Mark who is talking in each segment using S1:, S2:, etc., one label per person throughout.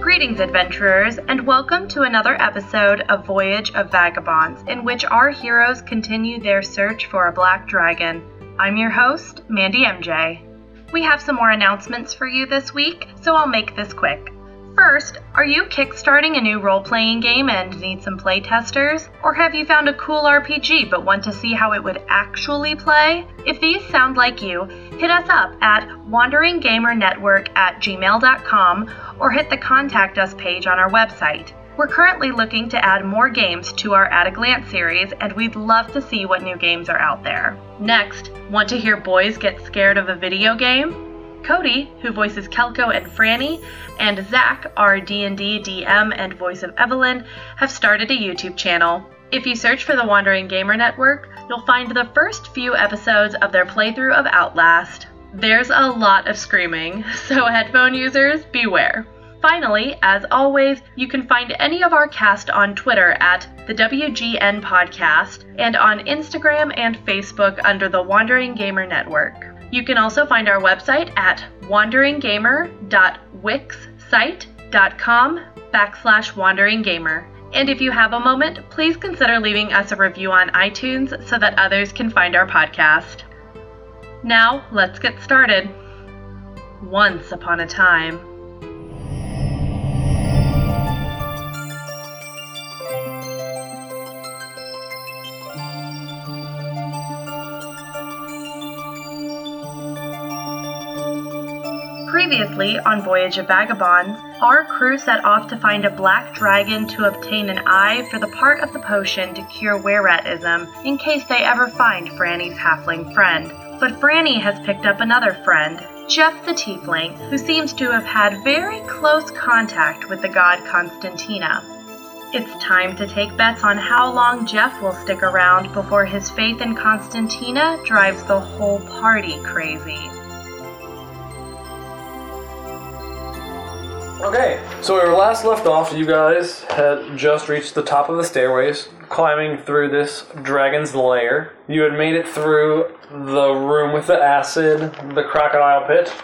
S1: Greetings, adventurers, and welcome to another episode of Voyage of Vagabonds, in which our heroes continue their search for a black dragon. I'm your host, Mandy MJ. We have some more announcements for you this week, so I'll make this quick. First, are you kickstarting a new role playing game and need some playtesters? Or have you found a cool RPG but want to see how it would actually play? If these sound like you, hit us up at wanderinggamernetwork at gmail.com or hit the Contact Us page on our website. We're currently looking to add more games to our At a Glance series, and we'd love to see what new games are out there. Next, want to hear boys get scared of a video game? Cody, who voices Kelko and Franny, and Zach, our D&D DM and voice of Evelyn, have started a YouTube channel. If you search for the Wandering Gamer Network, you'll find the first few episodes of their playthrough of Outlast. There's a lot of screaming, so headphone users, beware. Finally, as always, you can find any of our cast on Twitter at the WGN Podcast and on Instagram and Facebook under the Wandering Gamer Network. You can also find our website at wanderinggamer.wixsite.com backslash wanderinggamer. And if you have a moment, please consider leaving us a review on iTunes so that others can find our podcast. Now, let's get started. Once upon a time, Previously on Voyage of Vagabonds, our crew set off to find a black dragon to obtain an eye for the part of the potion to cure weretism in case they ever find Franny's halfling friend. But Franny has picked up another friend, Jeff the Tiefling, who seems to have had very close contact with the god Constantina. It's time to take bets on how long Jeff will stick around before his faith in Constantina drives the whole party crazy.
S2: Okay, so we were last left off. You guys had just reached the top of the stairways, climbing through this dragon's lair. You had made it through the room with the acid, the crocodile pit,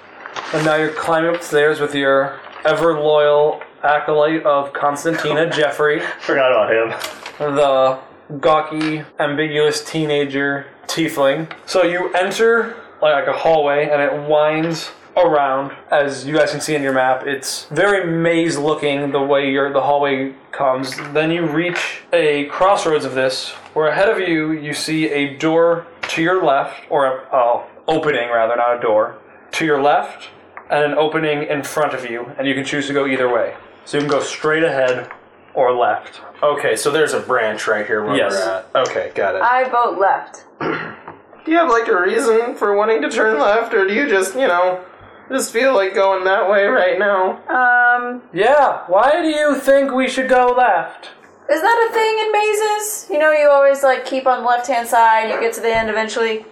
S2: and now you're climbing upstairs with your ever loyal acolyte of Constantina Jeffrey,
S3: Forgot about him.
S2: the gawky, ambiguous teenager tiefling. So you enter like a hallway and it winds around. As you guys can see in your map, it's very maze looking the way your the hallway comes. Then you reach a crossroads of this where ahead of you you see a door to your left or a uh, opening rather, not a door. To your left and an opening in front of you and you can choose to go either way. So you can go straight ahead or left.
S4: Okay, so there's a branch right here where
S2: Yes.
S4: we're at. Okay, got it.
S5: I vote left.
S4: do you have like a reason for wanting to turn left, or do you just, you know, just feel like going that way right now?
S5: Um,
S2: Yeah, why do you think we should go left?
S5: is that a thing in mazes? You know, you always like keep on the left hand side, you get to the end eventually.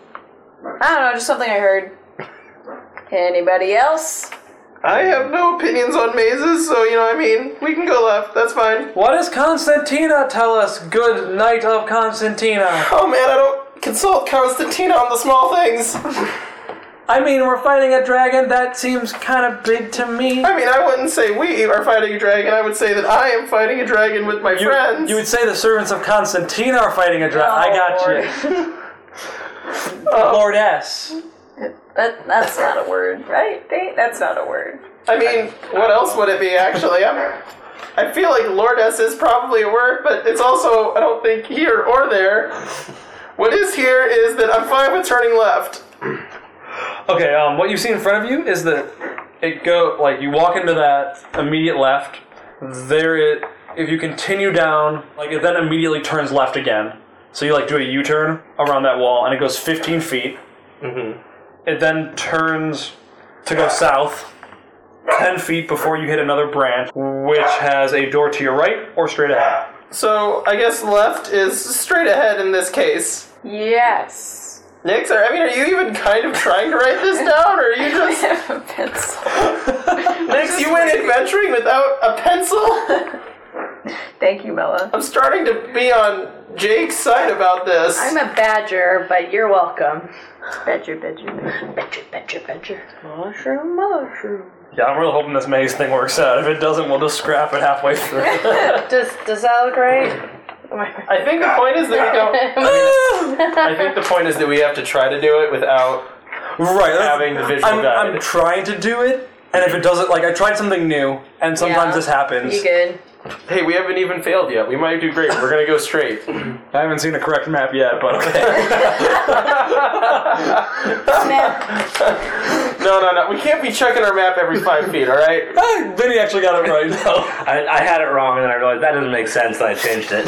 S5: I don't know, just something I heard. Anybody else?
S4: I have no opinions on mazes, so you know, I mean, we can go left. That's fine.
S2: What does Constantina tell us, good knight of Constantina?
S4: Oh man, I don't consult Constantina on the small things.
S2: I mean, we're fighting a dragon, that seems kind of big to me.
S4: I mean, I wouldn't say we are fighting a dragon. I would say that I am fighting a dragon with my
S2: You,
S4: friends.
S2: you would say the servants of Constantina are fighting a dragon. I got you. Lord S.
S5: That, that's not a word, right? They- That's not a word.
S4: I mean, what else would it be, actually? I'm, I feel like Lordess is probably a word, but it's also, I don't think, here or there. What is here is that I'm fine with turning left.
S2: Okay, um, what you see in front of you is that it go like you walk into that immediate left. There it if you continue down, like it then immediately turns left again. So you like do a U turn around that wall, and it goes 15 feet. Mm-hmm. It then turns to go south 10 feet before you hit another branch, which has a door to your right or straight ahead.
S4: So I guess left is straight ahead in this case.
S5: Yes.
S4: Nick, are, I mean, are you even kind of trying to write this down, or are you
S5: I
S4: just.
S5: have a pencil.
S4: Nick, you went adventuring without a pencil?
S5: Thank you, Mella.
S4: I'm starting to be on Jake's side about this.
S6: I'm a badger, but you're welcome.
S5: Badger, badger, badger, badger, badger, badger.
S6: Mushroom, mushroom.
S2: Yeah, I'm really hoping this maze thing works out. If it doesn't, we'll just scrap it halfway through.
S6: Does does that look right?
S4: I think the point is that we don't. I think the point is that we have to try to do it without.
S2: right, that's-
S4: Having the visual
S2: I'm, I'm
S4: guide.
S2: trying to do it, and if it doesn't, like I tried something new, and sometimes
S6: Yeah.
S2: this happens.
S6: You good?
S4: Hey, we haven't even failed yet. We might do great. We're gonna go straight.
S2: I haven't seen a correct map yet, but okay.
S4: No, no, no. We can't be checking our map every five feet. All right.
S2: Ah, Vinny actually got it right though.
S3: I, I had it wrong, and then I realized that doesn't make sense, and I changed it.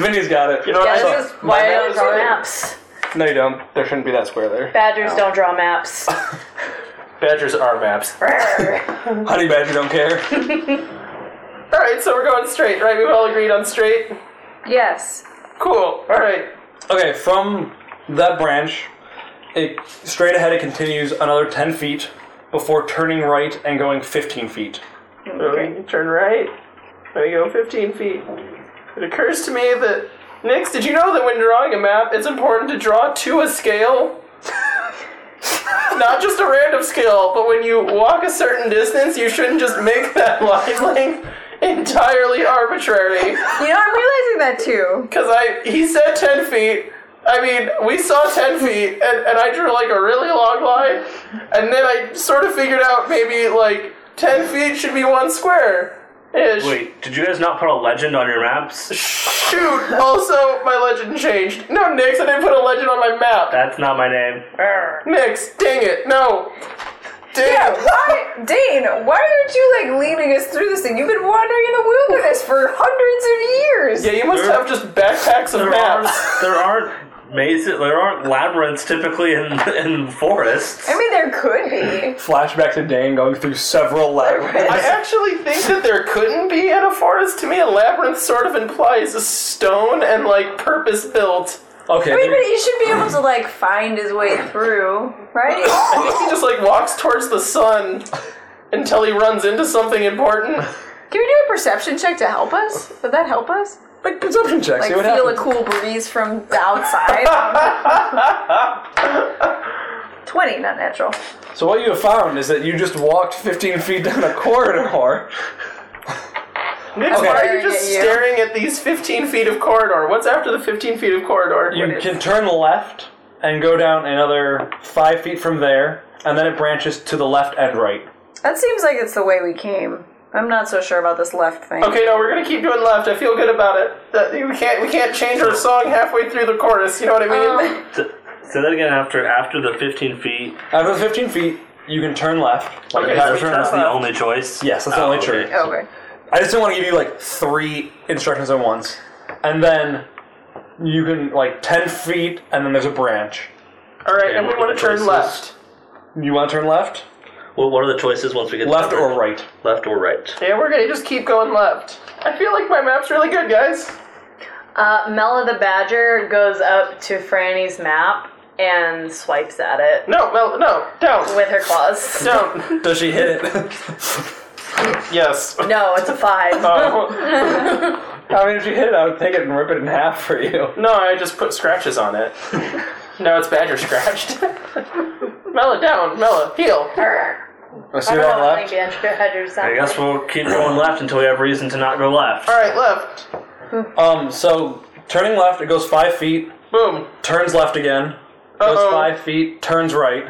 S2: Vinny's got it. You know
S6: Yeah,
S2: what?
S6: this is why I don't draw maps.
S2: No, you don't.
S4: There shouldn't be that square there.
S6: Badgers don't draw maps.
S4: Badgers are maps.
S2: Honey badger don't care.
S4: All right, so we're going straight, right? We've all agreed on straight.
S5: Yes.
S4: Cool. All right.
S2: Okay, from that branch, it straight ahead it continues another ten feet before turning right and going fifteen feet.
S4: Okay, turn right. Let me go 15 feet. It occurs to me that, Nix, did you know that when drawing a map, it's important to draw to a scale? Not just a random scale, but when you walk a certain distance, you shouldn't just make that line length entirely arbitrary.
S5: You know, I'm realizing that too.
S4: Because I, he said 10 feet. I mean, we saw 10 feet, and, and I drew like a really long line. And then I sort of figured out maybe like 10 feet should be one square. Ish.
S3: Wait, did you guys not put a legend on your maps?
S4: Shoot! Also, my legend changed. No, Nix, I didn't put a legend on my map.
S3: That's not my name.
S4: Nix, dang it, no. Dang
S5: Yeah,
S4: it.
S5: why, Dane? Why aren't you like leading us through this thing? You've been wandering in the wilderness for hundreds of years.
S4: Yeah, you must have just backpacks of
S3: There aren't,
S4: maps.
S3: there aren't mazes. There aren't labyrinths typically in in forests.
S5: I mean, there could be.
S2: Flashback to Dane going through several labyrinths.
S4: I actually think that there couldn't be in a forest. To me, a labyrinth sort of implies a stone and like purpose built.
S2: Okay.
S5: I mean, but
S2: there-
S5: he should be able to like find his way through, right?
S4: I think he just like walks towards the sun until he runs into something important.
S5: Can we do a perception check to help us? Would that help us?
S2: Make perception checks.
S5: Like
S2: see what
S5: feel
S2: happens.
S5: a cool breeze from the outside. Twenty, not natural.
S2: So what you have found is that you just walked 15 feet down a corridor.
S4: Nix,
S5: Okay.
S4: why are you just
S5: Yeah.
S4: staring at these 15 feet of corridor? What's after the 15 feet of corridor?
S2: You can turn left and go down another five feet from there, and then it branches to the left and right.
S5: That seems like it's the way we came. I'm not so sure about this left thing.
S4: Okay, no, we're gonna keep doing left. I feel good about it. That- we can't we can't change our song halfway through the chorus. You know what I mean?
S3: So, so then again, after after the 15 feet,
S2: After the 15 feet, you can turn left. Like
S4: Okay,
S2: you have to
S4: so
S2: turn
S3: that's
S2: left.
S3: the only choice. Oh,
S2: Yes, that's the only
S3: okay.
S2: choice.
S5: Okay.
S2: I just didn't want to give you like three instructions at once, and then you can like 10 feet, and then there's a branch.
S4: All right,
S3: Okay,
S4: and we
S3: what are
S4: want
S3: the
S4: to turn
S3: choices?
S4: left.
S2: You want to turn left,
S3: Well, what are the choices once we get
S2: left
S3: there?
S2: or right?
S3: left or right?
S4: Yeah, we're gonna just keep going left. I feel like my map's really good, guys.
S6: Uh, Mella the Badger goes up to Franny's map and swipes at it
S4: No, well, no, down,
S6: with her claws.
S4: down.
S2: Does she hit it?
S4: yes.
S6: No, it's a five.
S3: Uh,
S4: Oh.
S2: I mean, if she hit it, I would take it and rip it in half for you.
S4: no, I just put scratches on it. No, it's badger scratched. Mella down, Mella heel.
S2: Let's see that left.
S3: I guess we'll keep going left until we have reason to not go left.
S4: All right, left.
S2: Um, so turning left, it goes five feet,
S4: Boom.
S2: turns left again, goes
S4: Uh-oh.
S2: five feet, turns right.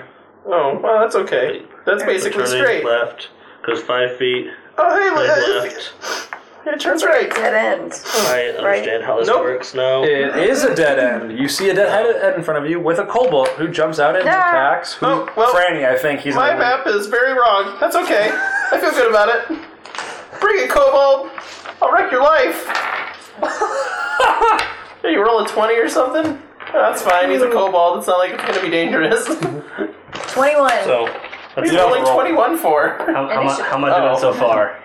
S4: Oh, well, that's okay. That's basically
S3: Turning
S4: straight.
S3: left goes five feet.
S4: Oh,
S2: Uh,
S4: hey,
S3: turn
S4: le-
S3: left.
S4: it turns right.
S5: Dead end.
S3: I understand how this
S4: Nope.
S3: works now.
S2: It is a dead end. You see a dead head head in front of you with a kobold who jumps out and attacks. Who,
S4: Oh, well,
S2: Franny, I think he's in
S4: My
S2: the lead.
S4: map is very wrong. That's okay. I feel good about it. Bring it, Kobold. I'll wreck your life. Hey, you roll a 20 or something? Oh, That's fine. He's a kobold. It's not like it's going to be dangerous.
S5: Twenty-one.
S3: So, let's
S4: He's
S3: see how-
S4: rolling 21 for.
S3: How, how, mu-
S5: should-
S3: how much of
S4: oh.
S3: it so far?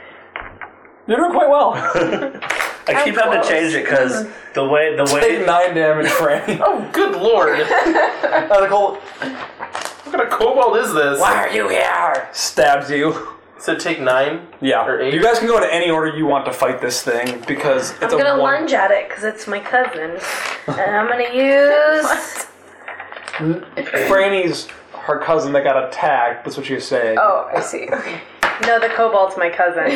S2: You're doing quite well.
S3: I keep having to change it because the way the
S2: Take
S3: way
S2: nine damage, Franny.
S4: Oh, good lord. what
S2: Uh, the kobold
S4: kind of kobold is this?
S2: Why are you here? Stabs you.
S4: So take 9?
S2: Yeah.
S4: Or eight?
S2: You guys can go in any order you want to fight this thing because it's
S6: I'm
S2: a
S6: gonna
S2: one.
S6: lunge at it because it's my cousin, and I'm gonna use.
S2: Franny's her cousin that got attacked. That's what she was saying.
S5: Oh, I see. Okay.
S6: No, the kobold's my cousin.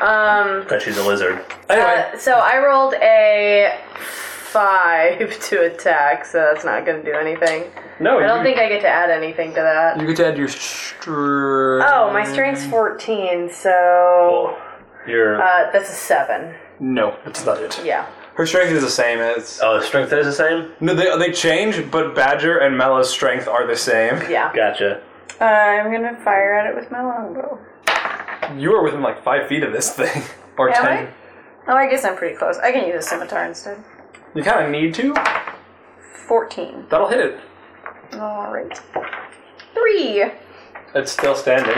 S6: Um,
S3: But she's a lizard.
S2: Anyway,
S6: uh, so I rolled a five to attack, so that's not going to do anything.
S2: no,
S6: I don't
S2: you,
S6: think I get to add anything to that.
S2: you get to add your str.
S6: Oh, my strength's 14, so
S3: You're.
S6: uh, that's a seven.
S2: No, that's not it.
S6: Yeah.
S2: Her strength is the same as.
S3: oh, strength is the same?
S2: No, they, they change, but Badger and Mella's strength are the same.
S6: Yeah.
S3: Gotcha.
S6: I'm going to fire at it with my longbow.
S2: You are within like five feet of this thing, or
S5: Am
S2: ten.
S5: Oh, I guess I'm pretty close. I can use a scimitar instead.
S2: You kind of need to.
S5: 14.
S2: That'll hit it.
S5: Alright. Three!
S2: It's still standing.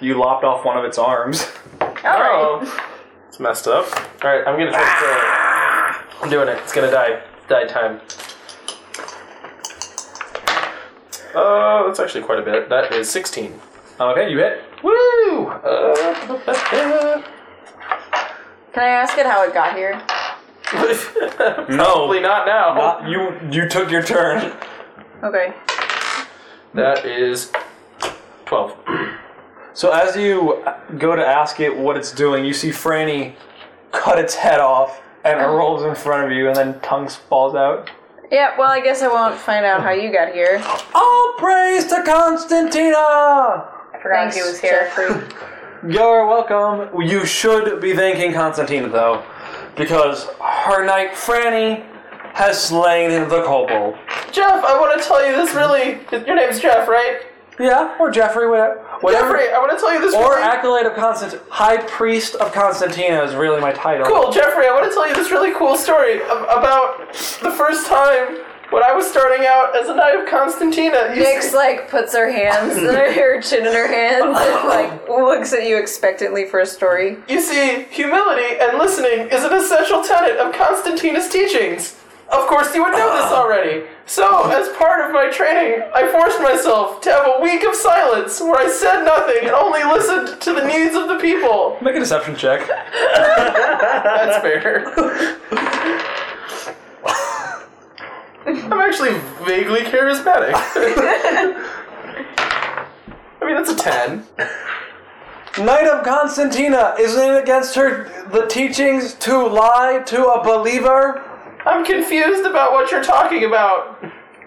S2: You lopped off one of its arms.
S5: Alright.
S4: It's messed up.
S7: All right, I'm gonna try to kill it. I'm doing it. It's gonna die. Die time.
S4: Oh, that's actually quite a bit. That is 16.
S2: Okay, you hit.
S4: Woo! Uh,
S5: Can I ask it how it got here?
S4: Probably
S2: No,
S4: not now.
S2: uh, you you took your turn.
S5: Okay.
S4: That is 12.
S2: So as you uh, go to ask it what it's doing, you see Franny cut its head off, and
S5: Oh.
S2: it rolls in front of you, and then tongue falls out.
S5: Yeah, well, I guess I won't find out how you got here.
S2: All praise to Constantina!
S6: I forgot he was here.
S5: Jeffrey.
S2: You're welcome. You should be thanking Constantina, though, because her knight Franny has slain the kobold.
S4: Jeff, I want to tell you this really. Your name's Jeff, right?
S2: Yeah, or Jeffrey, whatever. whatever.
S4: Jeffrey, I want to tell you this
S2: Or
S4: really.
S2: accolade of Constant, High Priest of Constantina is really my title.
S4: cool, Jeffrey, I want to tell you this really cool story ab- about the first time when I was starting out as a Knight of Constantina. You
S5: Nyx, like, puts her hands, her chin in her hands, and, like, looks at you expectantly for a story.
S4: You see, humility and listening is an essential tenet of Constantina's teachings. Of course, you would know this already. So, as part of my training, I forced myself to have a week of silence where I said nothing and only listened to the needs of the people.
S2: Make a deception check.
S4: That's fair. I'm actually vaguely charismatic. I mean, that's a 10.
S2: Knight of Constantina, isn't it against her the teachings to lie to a believer?
S4: I'm confused about what you're talking about.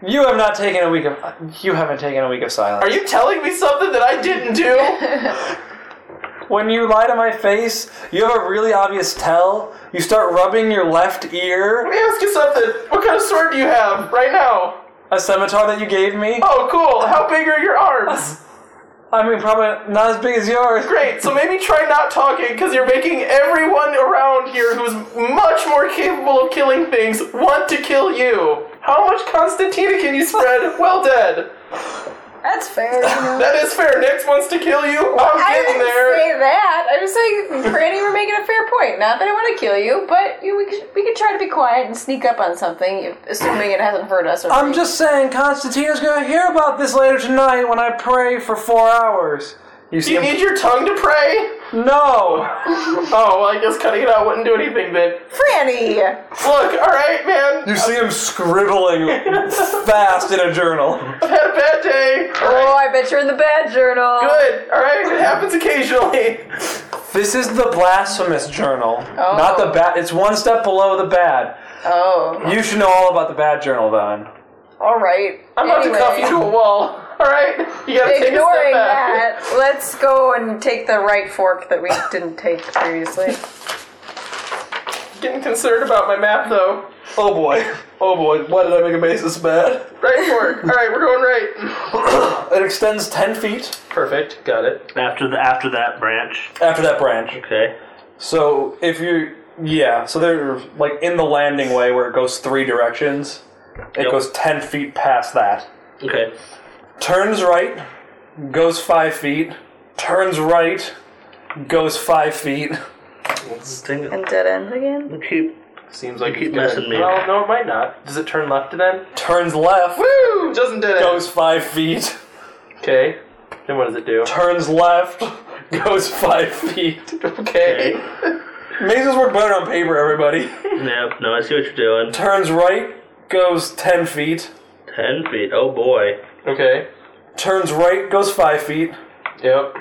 S2: You have not taken a week of you haven't taken a week of silence.
S4: Are you telling me something that I didn't do?
S2: When you lie to my face, you have a really obvious tell. You start rubbing your left ear,
S4: Let me ask you something. What kind of sword do you have right now?
S2: a scimitar that you gave me.
S4: Oh, cool. How big are your arms?
S2: I mean, probably not as big as yours.
S4: Great. So maybe try not talking because you're making everyone around here who's much more capable of killing things want to kill you. How much Constantina can you spread? Well, dead.
S5: That's fair, you know.
S4: That is fair. Nix wants to kill you. I'm
S5: I
S4: getting
S5: didn't
S4: there.
S5: say that. I was saying, Franny, we're making a fair point. Not that I want to kill you, but you, we, could, we could try to be quiet and sneak up on something, if- assuming it hasn't hurt us. Already.
S2: I'm just saying, Constantina's gonna hear about this later tonight when I pray for four hours. You
S4: Do
S2: see
S4: you
S2: him?
S4: need your tongue to pray?
S2: No!
S4: Oh, well, I guess cutting it out wouldn't do anything then.
S5: Franny!
S4: Look, alright, man.
S2: You see him scribbling fast in a journal.
S4: I've had a bad day.
S5: Oh, I bet you're in the bad journal.
S4: Good. Alright, it happens occasionally.
S2: This is the blasphemous journal. Not the bad. It's one step below the bad.
S5: Oh,
S2: You should know all about the bad journal then.
S5: all right.
S4: I'm about to cuff you to a wall. All right, you gotta take a step
S5: Ignoring
S4: back.
S5: that, let's go and take the right fork that we didn't take previously.
S4: Getting concerned about my map though.
S2: Oh boy. Oh boy. Why did I make a basis bad?
S4: Right fork. All right, we're going right.
S2: It extends 10 feet
S7: Perfect. Got it.
S3: After, the, after that branch.
S2: after that branch.
S3: Okay.
S2: So if you. Yeah, so they're like in the landing way where it goes three directions. It
S7: Yep.
S2: goes 10 feet past that.
S7: Okay.
S2: Turns right, goes 5 feet. Turns right, goes 5 feet.
S3: This thing
S5: and dead ends again?
S3: you keep,
S7: Seems like
S3: you keep
S7: it's gonna-
S3: messing me.
S7: Well, no, it might not. Does it turn left then?
S2: Turns left,
S4: Woo! Justin did it.
S2: goes 5 feet.
S7: Okay. Then what does it do?
S2: turns left, goes five feet.
S4: Okay.
S2: Mazes work better on paper, everybody.
S3: No, no, I see what you're doing.
S2: Turns right, goes ten feet.
S3: Ten feet. Oh boy.
S7: Okay.
S2: Turns right, goes five feet.
S7: Yep.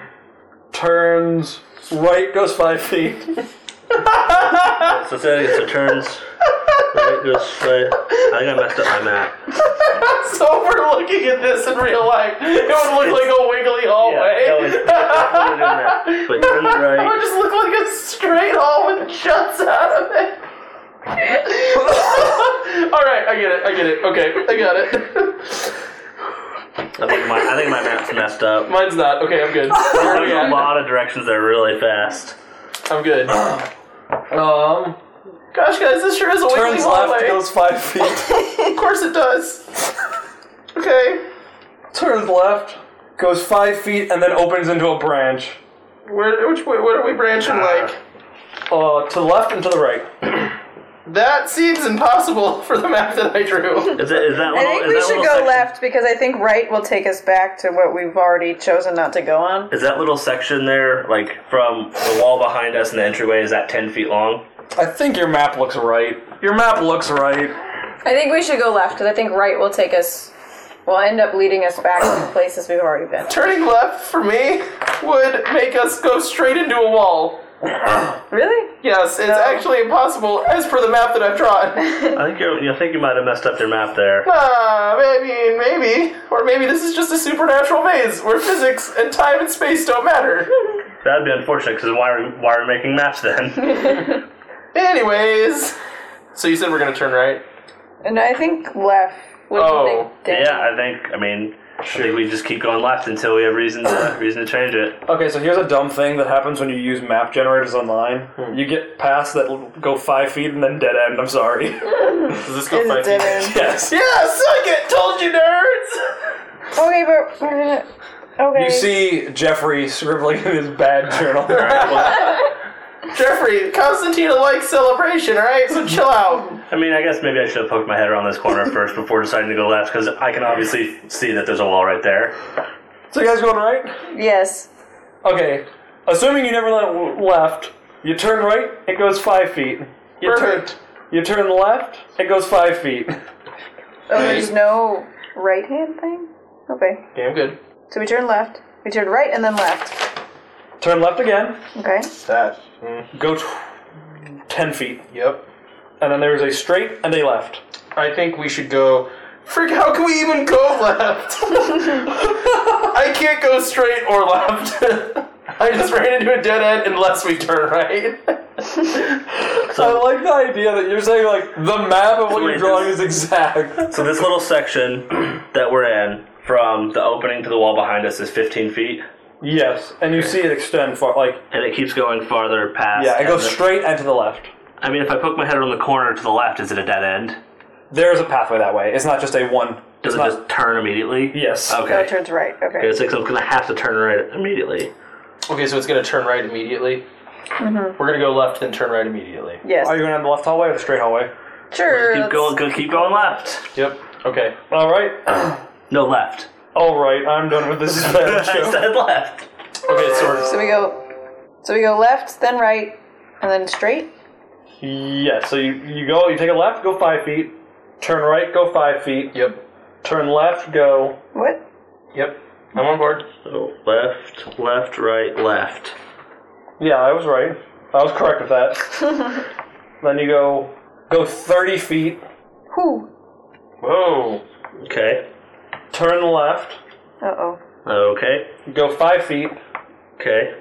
S2: turns right, goes five feet.
S3: So then it's a turns. Right, goes right. I think I messed up my map.
S4: so we're looking at this in real life. It would look like a wiggly hallway.
S3: Yeah, no, it's- it's totally doing that. But turn
S4: It would
S3: right.
S4: just look like a straight hall with juts out of it. All right, I get it. I get it. Okay, I got it.
S3: I think my, I think my map's messed up.
S4: Mine's not. Okay, I'm good. Where are we
S3: There's a
S4: at?
S3: lot of directions that are really fast.
S4: I'm good.
S2: Um,
S4: Gosh, guys, this sure is a wiggly
S2: turns left,
S4: hallway.
S2: goes five feet.
S4: Of course it does. Okay,
S2: turns left, goes five feet, and then opens into a branch.
S4: where which way? What are we branching like?
S2: Uh, to the left and to the right.
S4: That seems impossible for the map that I drew.
S3: Is, it, is that
S5: I
S3: little,
S5: think
S3: is
S5: we
S3: that
S5: should
S3: little
S5: go
S3: section,
S5: left because I think right will take us back to what we've already chosen not to go on.
S3: Is that little section there, like from the wall behind us and the entryway, is that ten feet long?
S2: I think your map looks right. Your map looks right.
S5: I think we should go left because I think right will take us, will end up leading us back to the places we've already been.
S4: Turning left for me would make us go straight into a wall.
S5: Really?
S4: Yes, it's actually impossible as per the map that I've drawn.
S3: I think you're, you think you might have messed up your map there.
S4: Ah, maybe, maybe, or maybe this is just a supernatural maze where physics and time and space don't matter.
S3: That'd be unfortunate because why are we, why are we making maps then?
S4: Anyways, so you said we're gonna turn right.
S5: And I think left. What
S4: Oh,
S5: do you think? Dan?
S3: yeah, I think I mean I think we just keep going left until we have reason to reason to change it.
S2: Okay, so here's a dumb thing that happens when you use map generators online. You get paths that l- go five feet and then dead end. I'm sorry.
S4: Does this
S5: Is it dead end?
S2: yes.
S4: Yes, I get told you, nerds.
S5: Okay, but we're gonna. Okay.
S2: You see Jeffrey scribbling in his bad journal.
S4: Jeffrey, Constantina likes celebration. All right, so chill out.
S3: I mean, I guess maybe I should have poked my head around this corner first before deciding to go left because I can obviously see that there's a wall right there.
S2: so you guys going right?
S5: yes.
S2: Okay. Assuming you never le- w- left, you turn right. It goes five feet. You
S4: Perfect.
S2: Turn, you turn left. It goes five feet.
S5: Oh, there's no right hand thing. Okay.
S4: Okay, I'm good.
S5: So we turn left. We turn right and then left.
S2: Turn left again.
S5: Okay.
S4: That.
S2: Go t- ten feet,
S4: Yep.
S2: and then there's a straight and a left.
S4: I think we should go. Frick, how can we even go left? I can't go straight or left. I just ran into a dead end unless we turn right.
S2: I like the idea that you're saying like the map of what
S3: Wait,
S2: you're drawing is exact.
S3: So this little section that we're in from the opening to the wall behind us is 15 feet,
S2: yes, and you see it extend far. Like
S3: and it keeps going farther past.
S2: yeah, it goes
S3: and the-
S2: straight and to the left.
S3: I mean, if I poke my head around the corner to the left, is it a dead end?
S2: There is a pathway that way. It's not just a one. it's
S3: Does it
S2: not,
S3: just turn immediately?
S2: yes.
S5: So
S3: Okay.
S5: it turns right. Okay.
S3: It's like I'm gonna have to turn right immediately.
S4: okay, so it's gonna turn right immediately. We're gonna go left, then turn right immediately.
S5: Yes.
S2: Are you going down the left hallway or the straight hallway?
S5: sure.
S3: Keep
S5: let's-
S3: going. Go, keep going left.
S4: Yep. Okay.
S2: All right,
S3: No left.
S2: all right. I'm done with this bad
S3: I
S2: show.
S3: said left.
S4: Okay, so we're
S5: So we go. So we go left, then right, and then straight.
S2: Yeah. So you you go. You take a left. Go five feet. Turn right. Go five feet.
S4: Yep.
S2: Turn left. Go.
S5: What?
S4: Yep. I'm on board.
S3: So left, left, right, left.
S2: Yeah, I was right. I was correct with that. then you go go thirty feet.
S5: Who?
S4: Whoa.
S3: Okay.
S2: Turn left.
S5: Uh oh.
S3: Okay.
S2: Go five feet.
S3: Okay.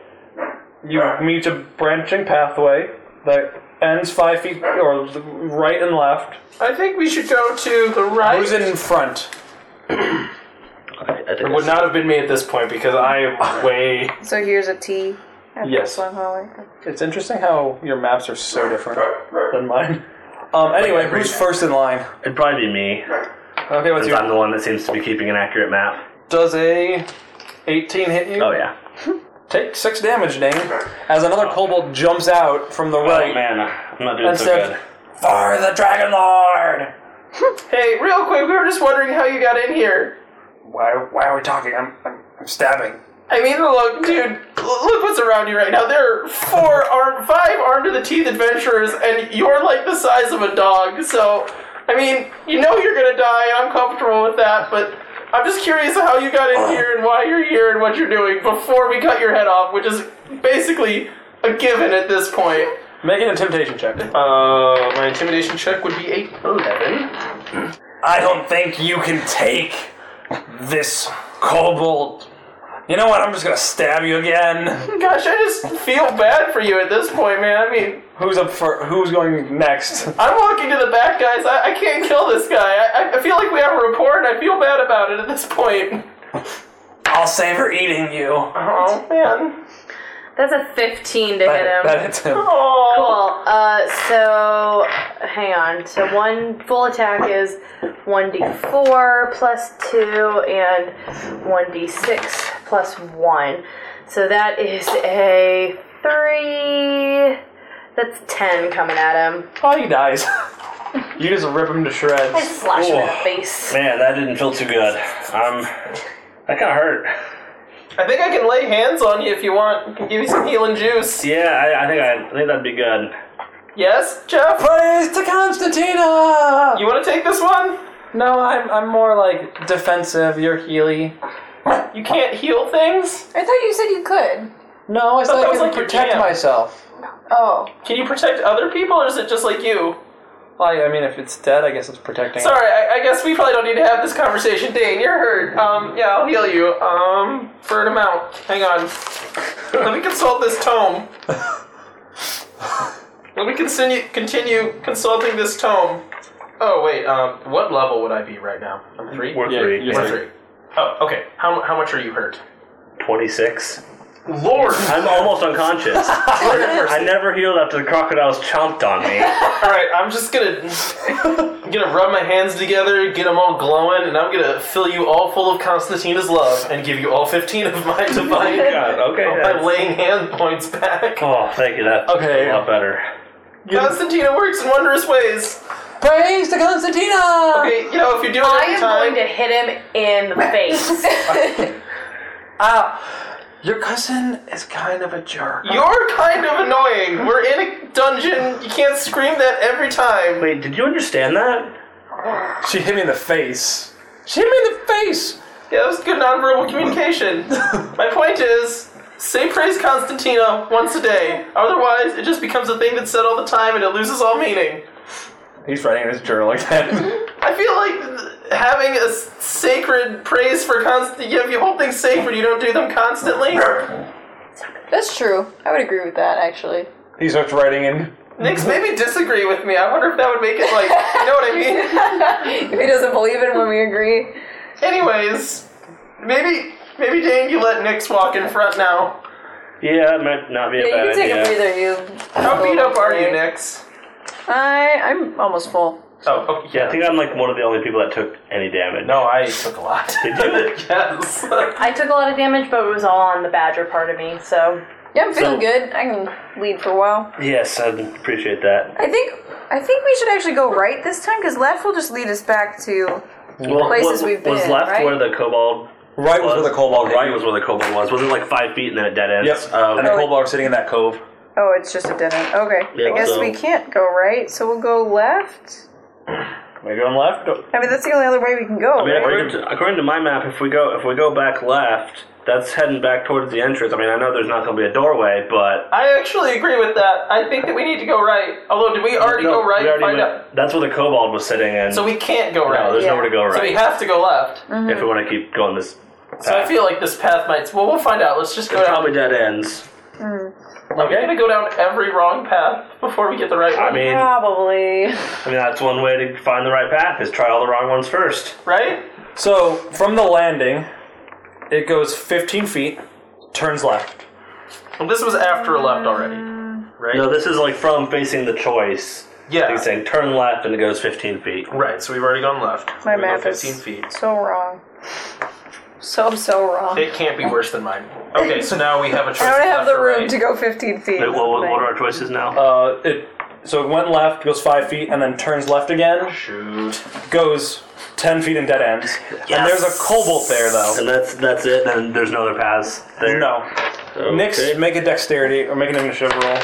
S2: You meet a branching pathway that ends five feet or the right and left.
S4: I think we should go to the right.
S2: Who's in front?
S3: I, I think
S4: It would not have been me at this point because I am way.
S5: So here's a T. After
S2: Yes.
S5: this one hallway.
S2: It's interesting how your maps are so different than mine. Um, anyway, who's first in line?
S3: it'd probably be me.
S2: Okay, what's
S3: Since I'm
S2: your
S3: the one that seems to be keeping an accurate map.
S2: does a eighteen hit you?
S3: Oh yeah.
S2: Take six damage, Dane, as another kobold jumps out from the
S3: Oh
S2: right
S3: man, I'm not doing
S2: and
S3: so
S2: says,
S3: good.
S2: "For the Dragon Lord."
S4: Hey, real quick, we were just wondering how you got in here.
S2: Why? Why are we talking? I'm, I'm, I'm stabbing.
S4: I mean, look, dude, l- look what's around you right now. There are four arm, five armed to the teeth adventurers, and you're like the size of a dog. So, I mean, you know you're gonna die, and I'm comfortable with that. But I'm just curious how you got in here and why you're here and what you're doing before we cut your head off, which is basically a given at this point.
S2: Make an intimidation check.
S7: Uh, my intimidation.
S4: Intimidation check would be a 11.
S8: I don't think you can take this kobold. You know what? I'm just gonna stab you again.
S4: Gosh, I just feel bad for you at this point, man. I mean,
S2: Who's up for? Who's going next?
S4: I'm walking to the back, guys. I, I can't kill this guy. I, I feel like we have a report, and I feel bad about it at this point.
S8: I'll savor eating you.
S4: Oh, man.
S6: That's a 15 to hit him.
S2: That hits him.
S4: Oh.
S6: Cool. Uh, so, hang on. So one full attack is 1d4 plus 2 and 1d6 plus 1. So that is a 3. That's 10 coming at him.
S2: Oh, he dies. you just rip him to
S6: I
S2: shreds.
S6: slash him in the
S3: Ooh.
S6: face.
S3: Man, that didn't feel too good. Um, that kind of hurt.
S4: I think I can lay hands on you if you want. I can give you some healing juice.
S3: Yeah, I, I think I, I think that'd be good.
S4: Yes, Jeff?
S2: Praise to Constantina!
S4: You want to take this one?
S2: No, I'm, I'm more like defensive. You're Healy.
S4: You can't heal things?
S5: I thought you said you could.
S2: No, it's
S4: That
S2: like I
S4: was
S2: can
S4: like your
S2: protect
S4: jam.
S2: myself.
S5: Oh.
S4: Can you protect other people, or is it just like you?
S2: Like, I mean, if it's dead, I guess it's protecting.
S4: Sorry, I, I guess we probably don't need to have this conversation. Dane, you're hurt. Um, yeah, I'll heal you. Um, for an amount. Hang on. Let me consult this tome. Let me continue, continue consulting this tome. Oh wait, um, what level would I be right now? I'm three.
S3: We're three.
S2: you're
S4: We're three. Oh, okay. How, how much are you hurt?
S3: Twenty-six.
S4: Lord.
S3: I'm almost unconscious. I never healed after the crocodiles chomped on me.
S4: All right, I'm just gonna I'm gonna rub my hands together, get them all glowing, and I'm gonna fill you all full of Constantina's love and give you all 15 of my divine
S3: God, okay.
S4: of my
S3: that's-
S4: laying hand points back.
S3: Oh, thank you. That
S2: Okay.
S3: a lot better.
S4: Constantina works in wondrous ways.
S2: Praise to Constantina!
S4: Okay, you know if you do it
S6: I
S4: every
S6: am
S4: time.
S6: going to hit him in the face.
S2: Ah, your cousin is kind of a jerk.
S4: You're kind of annoying. We're in a dungeon. You can't scream that every time.
S3: Wait, did you understand that?
S2: She hit me in the face. She hit me in the face!
S4: Yeah, that was good nonverbal communication. My point is, say praise Constantina once a day. Otherwise, it just becomes a thing that's said all the time and it loses all meaning.
S2: He's writing in his journal like that.
S4: I feel like having a s- sacred praise for constant. Yeah, if you hold things sacred, you don't do them constantly.
S5: That's true. I would agree with that, actually.
S2: he starts writing in.
S4: Nick's maybe disagree with me. I wonder if that would make it like you know what I mean.
S5: If he doesn't believe it when we agree.
S4: Anyways, maybe maybe Dane, you let Nick's walk in front now.
S3: Yeah, that might not be a
S5: Yeah,
S3: bad
S5: you can take a
S3: idea.
S5: breather, you.
S4: How beat up are you, Nix?
S5: I, I'm almost full.
S7: Oh, okay,
S3: Yeah, I
S7: yeah.
S3: think I'm like one of the only people that took any damage.
S7: No, I took a lot.
S3: Did you?
S4: Yes.
S6: I took a lot of damage, but it was all on the badger part of me, so.
S5: Yeah, I'm
S3: So-
S5: feeling good. I can lead for a while.
S3: yes, I appreciate that.
S5: I think I think we should actually go right this time because left will just lead us back to.
S3: Well,
S5: Places
S3: what
S5: we've
S3: was
S5: been,
S3: left
S5: right?
S3: where the kobold
S8: Right was,
S3: was.
S8: where the kobold
S3: Right
S8: right
S3: was where the kobold was. Was it like five feet and then it dead ends?
S8: Yep.
S3: Um,
S8: and the kobold are sitting in that cove.
S5: Oh, it's just a dead end. Okay,
S3: Yeah,
S5: I guess
S3: so-
S5: we can't go right, so we'll go left.
S8: Are you going left?
S5: I mean, that's the only other way we can go.
S3: I mean,
S5: right?
S3: according to, according to my map, if we go if we go back left, that's heading back towards the entrance. I mean, I know there's not going to be a doorway, but
S4: I actually agree with that. I think that we need to go right. Although, did we already
S3: No,
S4: go right?
S3: we already
S4: Find
S3: went-
S4: out.
S3: That's where the kobold was sitting in.
S4: So we can't go
S3: no,
S4: right.
S3: there's
S5: Yeah. Mm-hmm.
S3: nowhere to go
S4: So we
S3: right
S4: have to go left.
S3: if we want to keep going this. Path.
S4: So I feel like this path might. Well, we'll find out. Let's just go
S3: it's
S4: down.
S3: probably dead ends.
S4: We're gonna go down every wrong path before we get the right
S3: I
S4: one,
S3: mean,
S5: Probably.
S3: I mean that's one way to find the right path is try all the wrong ones first.
S4: right?
S2: So, from the landing, it goes 15 feet, turns left.
S4: Well, this was after I left already.
S5: Mm.
S3: No, this is like from facing the choice.
S4: Yeah.
S3: He's saying turn left and it goes 15 feet.
S4: Right. So we've already gone left.
S5: My
S4: We go
S5: math is
S4: 15 feet.
S5: so wrong. So I'm so wrong.
S4: It can't be worse than mine. Okay, so now we have a choice.
S5: I don't have
S4: left
S5: the
S4: or
S5: room
S4: right.
S5: to go 15 feet.
S3: Wait, what, what what are our choices now?
S2: Uh, it so it went left, goes five feet, and then turns left again,
S4: Shoot.
S2: goes 10 feet and dead ends. And there's a kobold there though.
S3: and that's that's it. Then there's no other paths. There.
S2: No.
S3: Okay.
S2: Nyx, make a dexterity or make an initiative roll.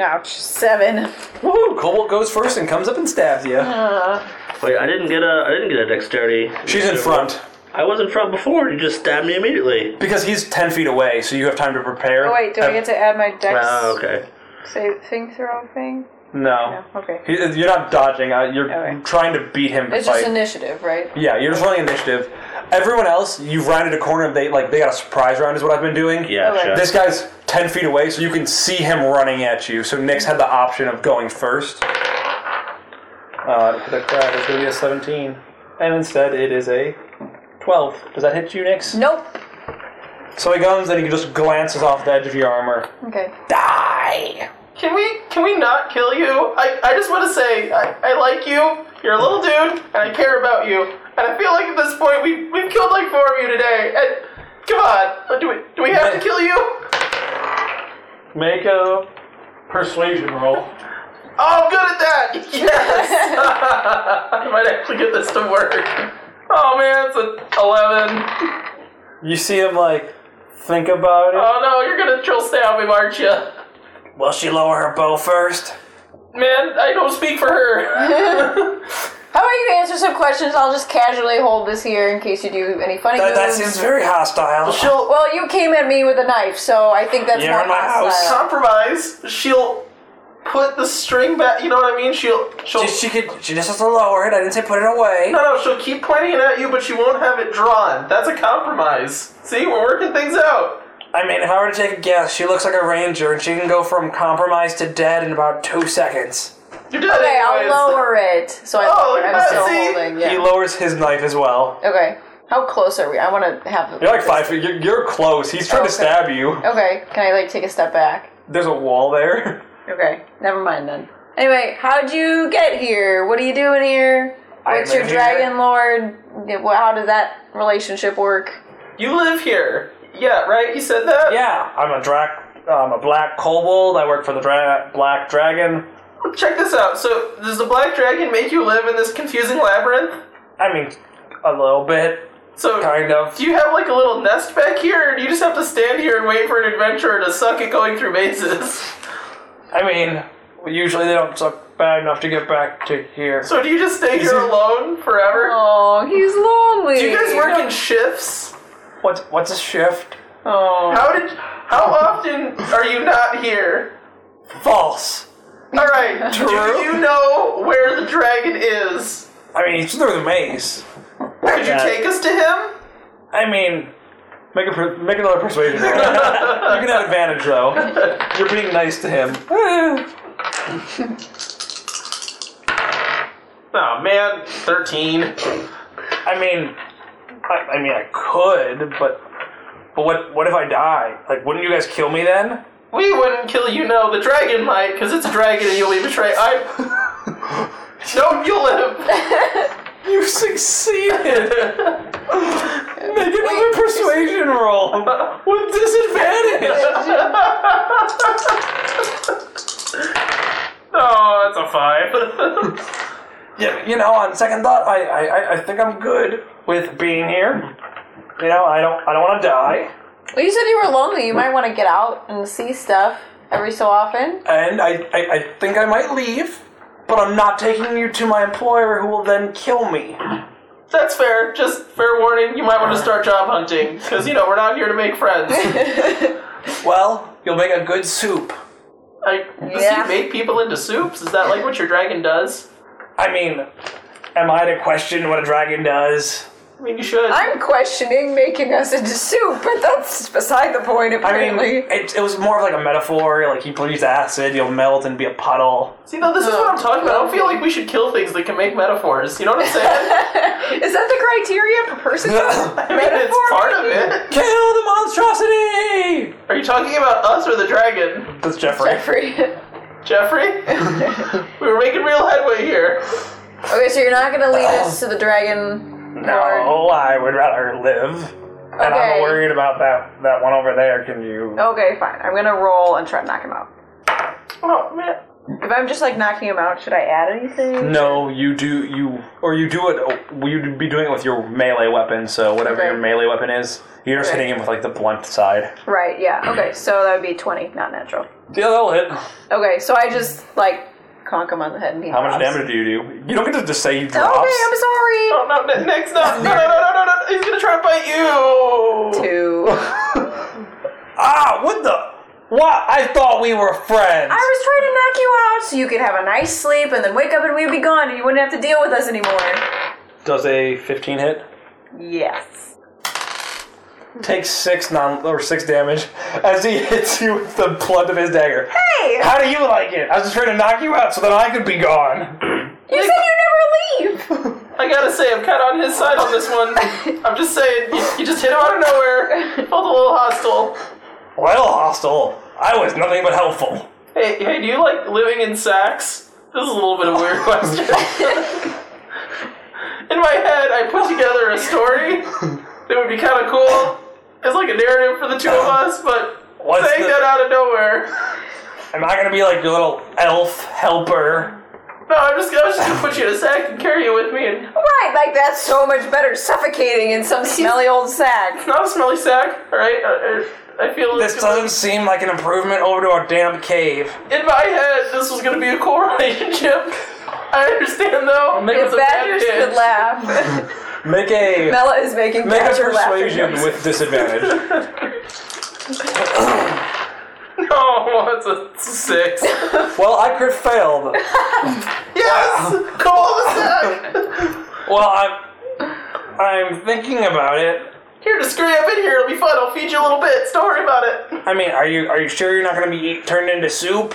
S5: Ouch. Seven. Uh,
S2: Woohoo! Kobold goes first and comes up and stabs you.
S3: Wait, I didn't get a I didn't get a dexterity.
S2: She's in front
S3: I was in front before. You just stabbed me immediately.
S2: because he's ten feet away, so you have time to prepare.
S5: Oh wait, do I get to add my dex
S3: Oh, okay.
S5: save thing throw thing?
S2: No.
S5: Okay.
S2: He- You're not dodging. uh, You're
S5: Okay.
S2: trying to beat him. To
S5: It's
S2: fight.
S5: just initiative, right?
S2: Yeah, you're just running initiative. Everyone else, you've rounded a corner. They like they got a surprise round is what I've been doing.
S3: Yeah,
S5: Okay.
S3: sure.
S2: This guy's ten feet away, so you can see him running at you. So Nick's had the option of going first. Uh, to the crowd, it's gonna be a seventeen, and instead it is a twelve. Does that hit you, Nick's?
S5: Nope.
S2: So he guns, and he just glances off the edge of your armor.
S5: Okay.
S4: Can we can we not kill you? I, I just want to say I, I like you. You're a little dude, and I care about you. And I feel like at this point we we've killed like four of you today. And come on, Oh, do we do we have to kill you? Oh,
S2: Make a persuasion roll.
S4: Oh, I'm good at that. Yes, I might actually get this to work. Oh man, it's an eleven.
S2: You see him like think about it.
S4: Oh no, you're gonna trill stab him, aren't you?
S2: Will she lower her bow first?
S4: Man, I don't speak for her.
S5: How about you answer some questions? I'll just casually hold this here in case you do any funny
S8: That, that
S5: moves.
S8: seems very hostile.
S4: She'll
S5: Um, well, you came at me with a knife, so I think that's
S8: You're
S5: more
S8: in my
S5: hostile.
S8: house.
S4: compromise. She'll put the string back. You know what I mean? She'll she'll.
S8: She, she could. She just has to lower it. I didn't say put it away.
S4: No, no, she'll keep pointing it at you, but she won't have it drawn. That's a compromise. See, we're working things out.
S8: I mean, if I were to take a guess, she looks like a ranger, and she can go from compromised to dead in about two seconds.
S4: You're dead
S5: Okay,
S4: anyways.
S5: I'll lower it. So I,
S4: Oh, look at
S5: I'm
S4: that,
S5: still
S4: see?
S5: holding. Yeah.
S2: He lowers his knife as well.
S5: okay. How close are we? I want to have.
S2: You're like five feet. You're, you're close. He's trying
S5: Okay.
S2: to stab you.
S5: Okay. Can I like take a step back?
S2: There's a wall there.
S5: Okay. Never mind then. Anyway, how'd you get here? What are you doing here? What's your
S8: am here.
S5: dragon lord? Yeah, wh- How does that relationship work?
S4: You live here. Yeah, right? You said that?
S2: Yeah, I'm a drac. I'm a black kobold. I work for the dra- black dragon.
S4: Check this out. So, does the black dragon make you live in this confusing labyrinth?
S2: I mean, a little bit,
S4: So,
S2: kind of.
S4: do you have like a little nest back here, or do you just have to stand here and wait for an adventurer to suck at going through mazes?
S2: I mean, usually they don't suck bad enough to get back to here.
S4: So, do you just stay here alone forever?
S5: Oh, he's lonely.
S4: do you guys work in shifts?
S2: What's what's a shift?
S5: Oh.
S4: How did? How often are you not here?
S2: False.
S4: All right. Do you know where the dragon is?
S2: I mean, he's through the maze.
S4: Could you take us to him?
S2: I mean, make a per- make another persuasion. roll. you can have advantage though. You're being nice to him.
S4: Oh man, thirteen.
S2: I mean, I, I mean, I could, but but what what if I die? Like, wouldn't you guys kill me then?
S4: We wouldn't kill you, no. The dragon might, because it's a dragon and you'll be betrayed. I. No, you'll live.
S2: You succeeded. Make another persuasion roll with disadvantage.
S4: Oh, that's a five.
S2: yeah, you know, on second thought, I, I I- I think I'm good with being here. You know, I don't I don't want to die,
S5: Well, you said you were lonely. You might want to get out and see stuff every so often.
S2: and I, I I think I might leave. But I'm not taking you to my employer, who will then kill me.
S4: that's fair. Just fair warning. You might want to start job hunting, because you know we're not here to make friends.
S2: Well, you'll make a good soup.
S4: I, does
S5: Yeah.
S4: he make people into soups? Is that like what your dragon does?
S2: I mean, am I to question what a dragon does?
S4: I mean, you should.
S5: I'm questioning making us into soup, but that's beside the point,
S2: I mean,
S5: apparently.
S2: it, it was more of like a metaphor. Like you produce acid, you'll melt and be a puddle.
S4: See, though, this is what I'm talking about. I don't feel like we should kill things that can make metaphors. You know what I'm saying?
S5: Is that the criteria for person?
S2: Kill
S4: I mean, it's part of it.
S2: the monstrosity!
S4: Are you talking about us or the dragon,
S2: That's Jeffrey.
S4: Jeffrey? we were making real headway here.
S5: okay, so you're not gonna lead us to the dragon.
S2: No, I would rather live. And
S5: Okay. Oh.
S2: I'm worried about that that one over there. Can you?
S5: Okay, fine. I'm gonna roll and try to knock him out.
S4: Oh man.
S5: If I'm just like knocking him out, should I add anything?
S2: No, you do you or you do it. You'd be doing it with your melee weapon. So whatever
S5: Okay.
S2: your melee weapon is, you're just
S5: Okay.
S2: hitting him with like the blunt side.
S5: Right, yeah. Okay, so that would be 20, not natural.
S2: Yeah, that'll hit.
S5: Okay, so I just like conk him on the head and he
S9: How much
S5: drops.
S9: damage do you do? You don't get to just say he drops.
S5: Okay, I'm sorry.
S4: Oh no, ne- next no, no, no, no, no, no, no, he's gonna try to bite you.
S5: Two.
S9: ah, what the? What? I thought we were friends.
S5: I was trying to knock you out so you could have a nice sleep and then wake up and we'd be gone and you wouldn't have to deal with us anymore.
S2: Does a 15 hit?
S5: Yes.
S2: Takes six non or six damage as he hits you with the blood of his dagger.
S5: Hey,
S2: How do you like it? I was just trying to knock you out so that I could be gone.
S5: you said you never leave.
S4: I gotta say, I'm kind of on his side on this one. I'm just saying, you, you just hit him out of nowhere. Felt a little hostile.
S2: Well, hostile. I was nothing but helpful.
S4: Hey, hey, do you like living in sacks? This is a little bit of a weird question. in my head, I put together a story that would be kind of cool. It's like a narrative for the two of us, but
S2: What's
S4: saying
S2: the-
S4: that out of nowhere.
S2: Am I gonna be like your little elf helper?
S4: No, I'm just, I was just gonna put you in a sack and carry you with me. And
S5: Right, like that's so much better suffocating in some smelly old sack.
S4: not a smelly sack, alright? I, I I feel
S2: This doesn't seem like an improvement over to our damn cave.
S4: In my head, this was gonna be a cool relationship. I understand though. It
S5: If
S4: was a bad
S5: badgers could
S4: pitch.
S5: laugh,
S2: Make a
S5: Bella is making
S2: make a
S5: badger laughing.
S2: persuasion
S5: noises.
S2: with disadvantage.
S4: No, it's a it's a six.
S2: well, I could failed.
S4: yes! Call the sack!
S2: Well, I'm I'm thinking about it.
S4: Here, just scurry up in here. It'll be fun. I'll feed you little bits. Don't worry about it.
S2: I mean, are you are you sure you're not gonna be eat, turned into soup?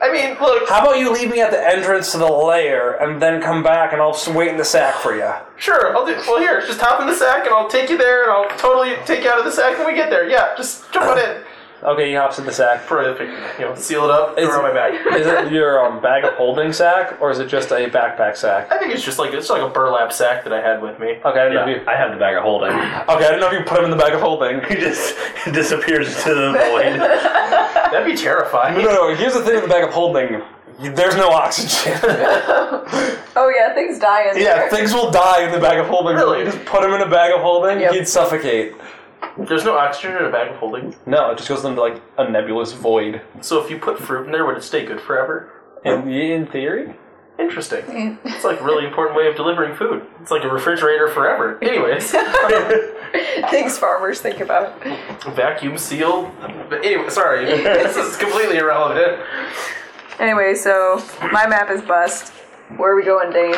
S4: I mean, look,
S2: How about you leave me at the entrance to the lair and then come back and I'll s- wait in the sack for you.
S4: sure, I'll do. Well, here, just hop in the sack, and I'll take you there, and I'll totally take you out of the sack when we get there. Yeah, just jump on in.
S2: Okay, he hops in the sack.
S4: Perfect. You know, seal it up.
S2: Is
S4: Throw it on my
S2: it-
S4: back.
S2: Is it your um, bag of holding sack or is it just a backpack sack?
S4: I think it's just like it's like a burlap sack that I had with me.
S2: Okay, I didn't know if
S3: Yeah,
S2: you.
S3: I have the bag of holding.
S2: Okay, I didn't know if you put him in the bag of holding.
S3: he just disappears to the void.
S4: That'd be terrifying.
S2: No, no. Here's the thing with the bag of holding. You- There's no oxygen.
S5: Oh yeah, things die in
S2: yeah,
S5: there.
S2: things will die in the bag of holding.
S4: Really?
S2: You just put him in a bag of holding,
S5: Yep.
S2: he'd suffocate.
S4: There's no oxygen in a bag of holding,
S2: No, it just goes into like a nebulous void.
S4: so if you put fruit in there, would it stay good forever?
S2: In, in theory?
S4: Interesting. It's like a really important way of delivering food. It's like a refrigerator forever. Anyways.
S5: things farmers think about.
S4: vacuum seal. But anyway, sorry, this is completely irrelevant.
S5: Anyway, so my map is bust. Where are we going, Dane?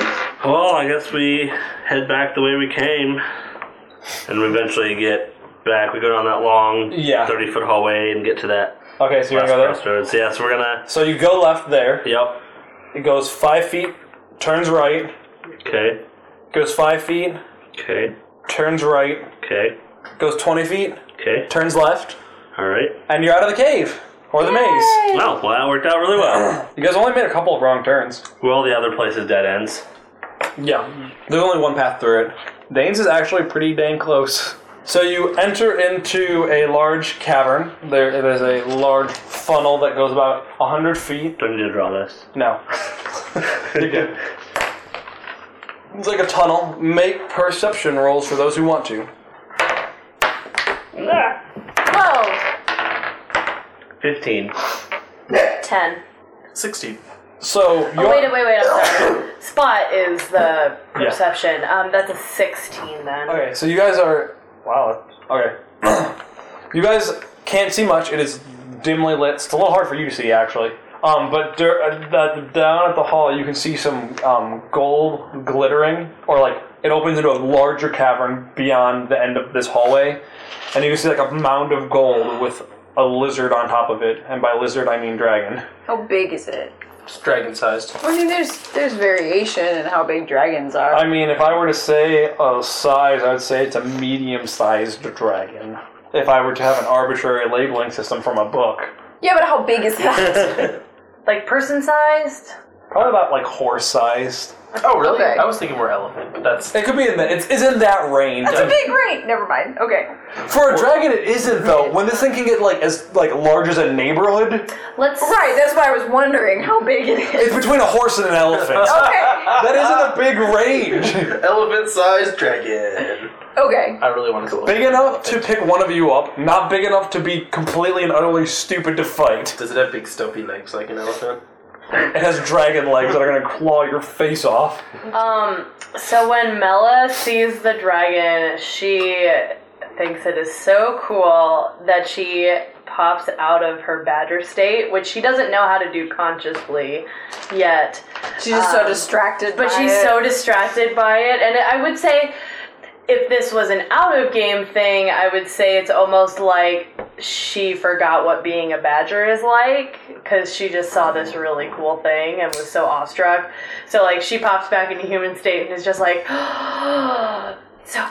S3: well, I guess we head back the way we came, and we eventually get back. We go down that long,
S2: Yeah.
S3: thirty foot hallway and get to that
S2: Okay, so you're gonna
S3: last
S2: go there.
S3: crossroads. Yeah, so we're gonna.
S2: So you go left there.
S3: Yep.
S2: It goes five feet, turns right.
S3: Okay.
S2: Goes five feet,
S3: Okay.
S2: turns right.
S3: Okay.
S2: Goes 20 feet,
S3: Okay.
S2: turns left,
S3: All right.
S2: and you're out of the cave or the maze.
S3: Well, well, that worked out really well.
S2: You guys only made a couple of wrong turns.
S3: Were all the other places dead ends?
S2: Yeah, there's only one path through it. Dane's is actually pretty dang close. So you enter into a large cavern. There, there's a large funnel that goes about 100 feet.
S3: Don't need to draw this.
S2: No. You're good. It's like a tunnel. Make perception rolls for those who want to.
S5: Whoa!
S3: Fifteen.
S6: Ten.
S4: Sixteen.
S2: So you
S6: Oh, wait, wait, wait, I'm sorry. Spot is the perception. Um, that's a 16 then.
S2: Okay, so you guys are. Wow. Okay. you guys can't see much. It is dimly lit. It's a little hard for you to see, actually. Um, but dur- uh, the- down at the hall, you can see some um, gold glittering, or like it opens into a larger cavern beyond the end of this hallway, and you can see like a mound of gold with a lizard on top of it. And by lizard, I mean dragon.
S5: How big is it?
S4: It's dragon sized.
S5: I mean, there's there's variation in how big dragons are.
S2: I mean, if I were to say a size, I would say it's a medium-sized dragon. If I were to have an arbitrary labeling system from a book,
S5: yeah, but how big is that?
S6: Like person sized?
S2: probably about like horse-sized.
S4: Oh really?
S5: Okay.
S4: I was thinking more elephant, but that's
S2: It could be in that. It's, it's in that range.
S5: That's a big rate. Never mind. Okay.
S2: For a dragon, it isn't though. When this thing can get like as like large as a neighborhood,
S6: Let's.
S5: Right, that's why I was wondering how big it is.
S2: it's between a horse and an elephant.
S5: Okay.
S2: That isn't a big range.
S4: elephant sized dragon.
S5: Okay.
S4: I really want to go.
S2: Big enough to pick one of you up, not big enough to be completely and utterly stupid to fight.
S4: Does it have big stumpy legs like an elephant?
S2: It has dragon legs that are gonna claw your face off.
S6: Um, so when Mela sees the dragon, she thinks it is so cool that she pops out of her badger state, which she doesn't know how to do consciously yet.
S5: She's just so
S6: Um,
S5: distracted.
S6: But
S5: by
S6: she's
S5: it.
S6: so distracted by it, and I would say if this was an out of game thing, I would say it's almost like she forgot what being a badger is like because she just saw this really cool thing and was so awestruck. So like she pops back into human state and is just like, so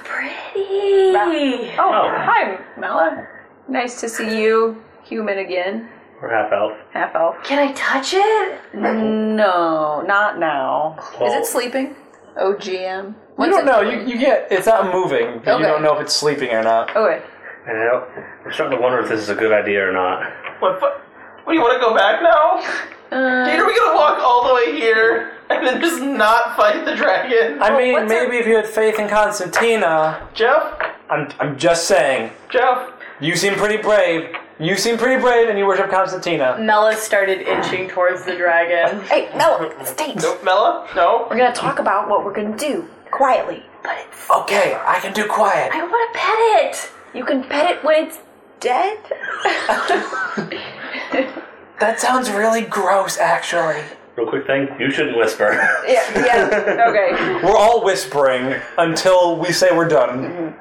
S6: pretty.
S5: Oh, hi, Mella. Nice to see you, human again.
S3: We're half elf.
S5: Half elf.
S6: Can I touch it?
S5: No, not now. Is
S3: Well-
S5: it sleeping? OGM.
S2: You
S5: What's
S2: don't
S5: it-
S2: know. You, you can't. It's not moving. but You
S5: Okay.
S2: don't know if it's sleeping or not.
S5: Okay.
S3: And I don't, I'm starting to wonder if this is a good idea or not.
S4: What? fu- What do you want to go back now? Kate,
S5: Uh,
S4: are we gonna walk all the way here and then just not fight the dragon?
S2: I mean,
S5: what's
S2: maybe if you had faith in Constantina.
S4: Jeff,
S2: I'm, I'm just saying.
S4: Jeff,
S2: You seem pretty brave. You seem pretty brave, and you worship Constantina.
S6: Mela started inching towards the dragon.
S5: hey, Mella, stay.
S4: nope, Mella, no.
S5: We're gonna talk about what we're gonna do quietly.
S2: Okay, I can do quiet.
S5: I want to pet it. You can pet it when it's dead.
S2: That sounds really gross, actually.
S3: Real quick thing, you shouldn't whisper.
S5: Yeah. Yeah. Okay.
S2: We're all whispering until we say we're done.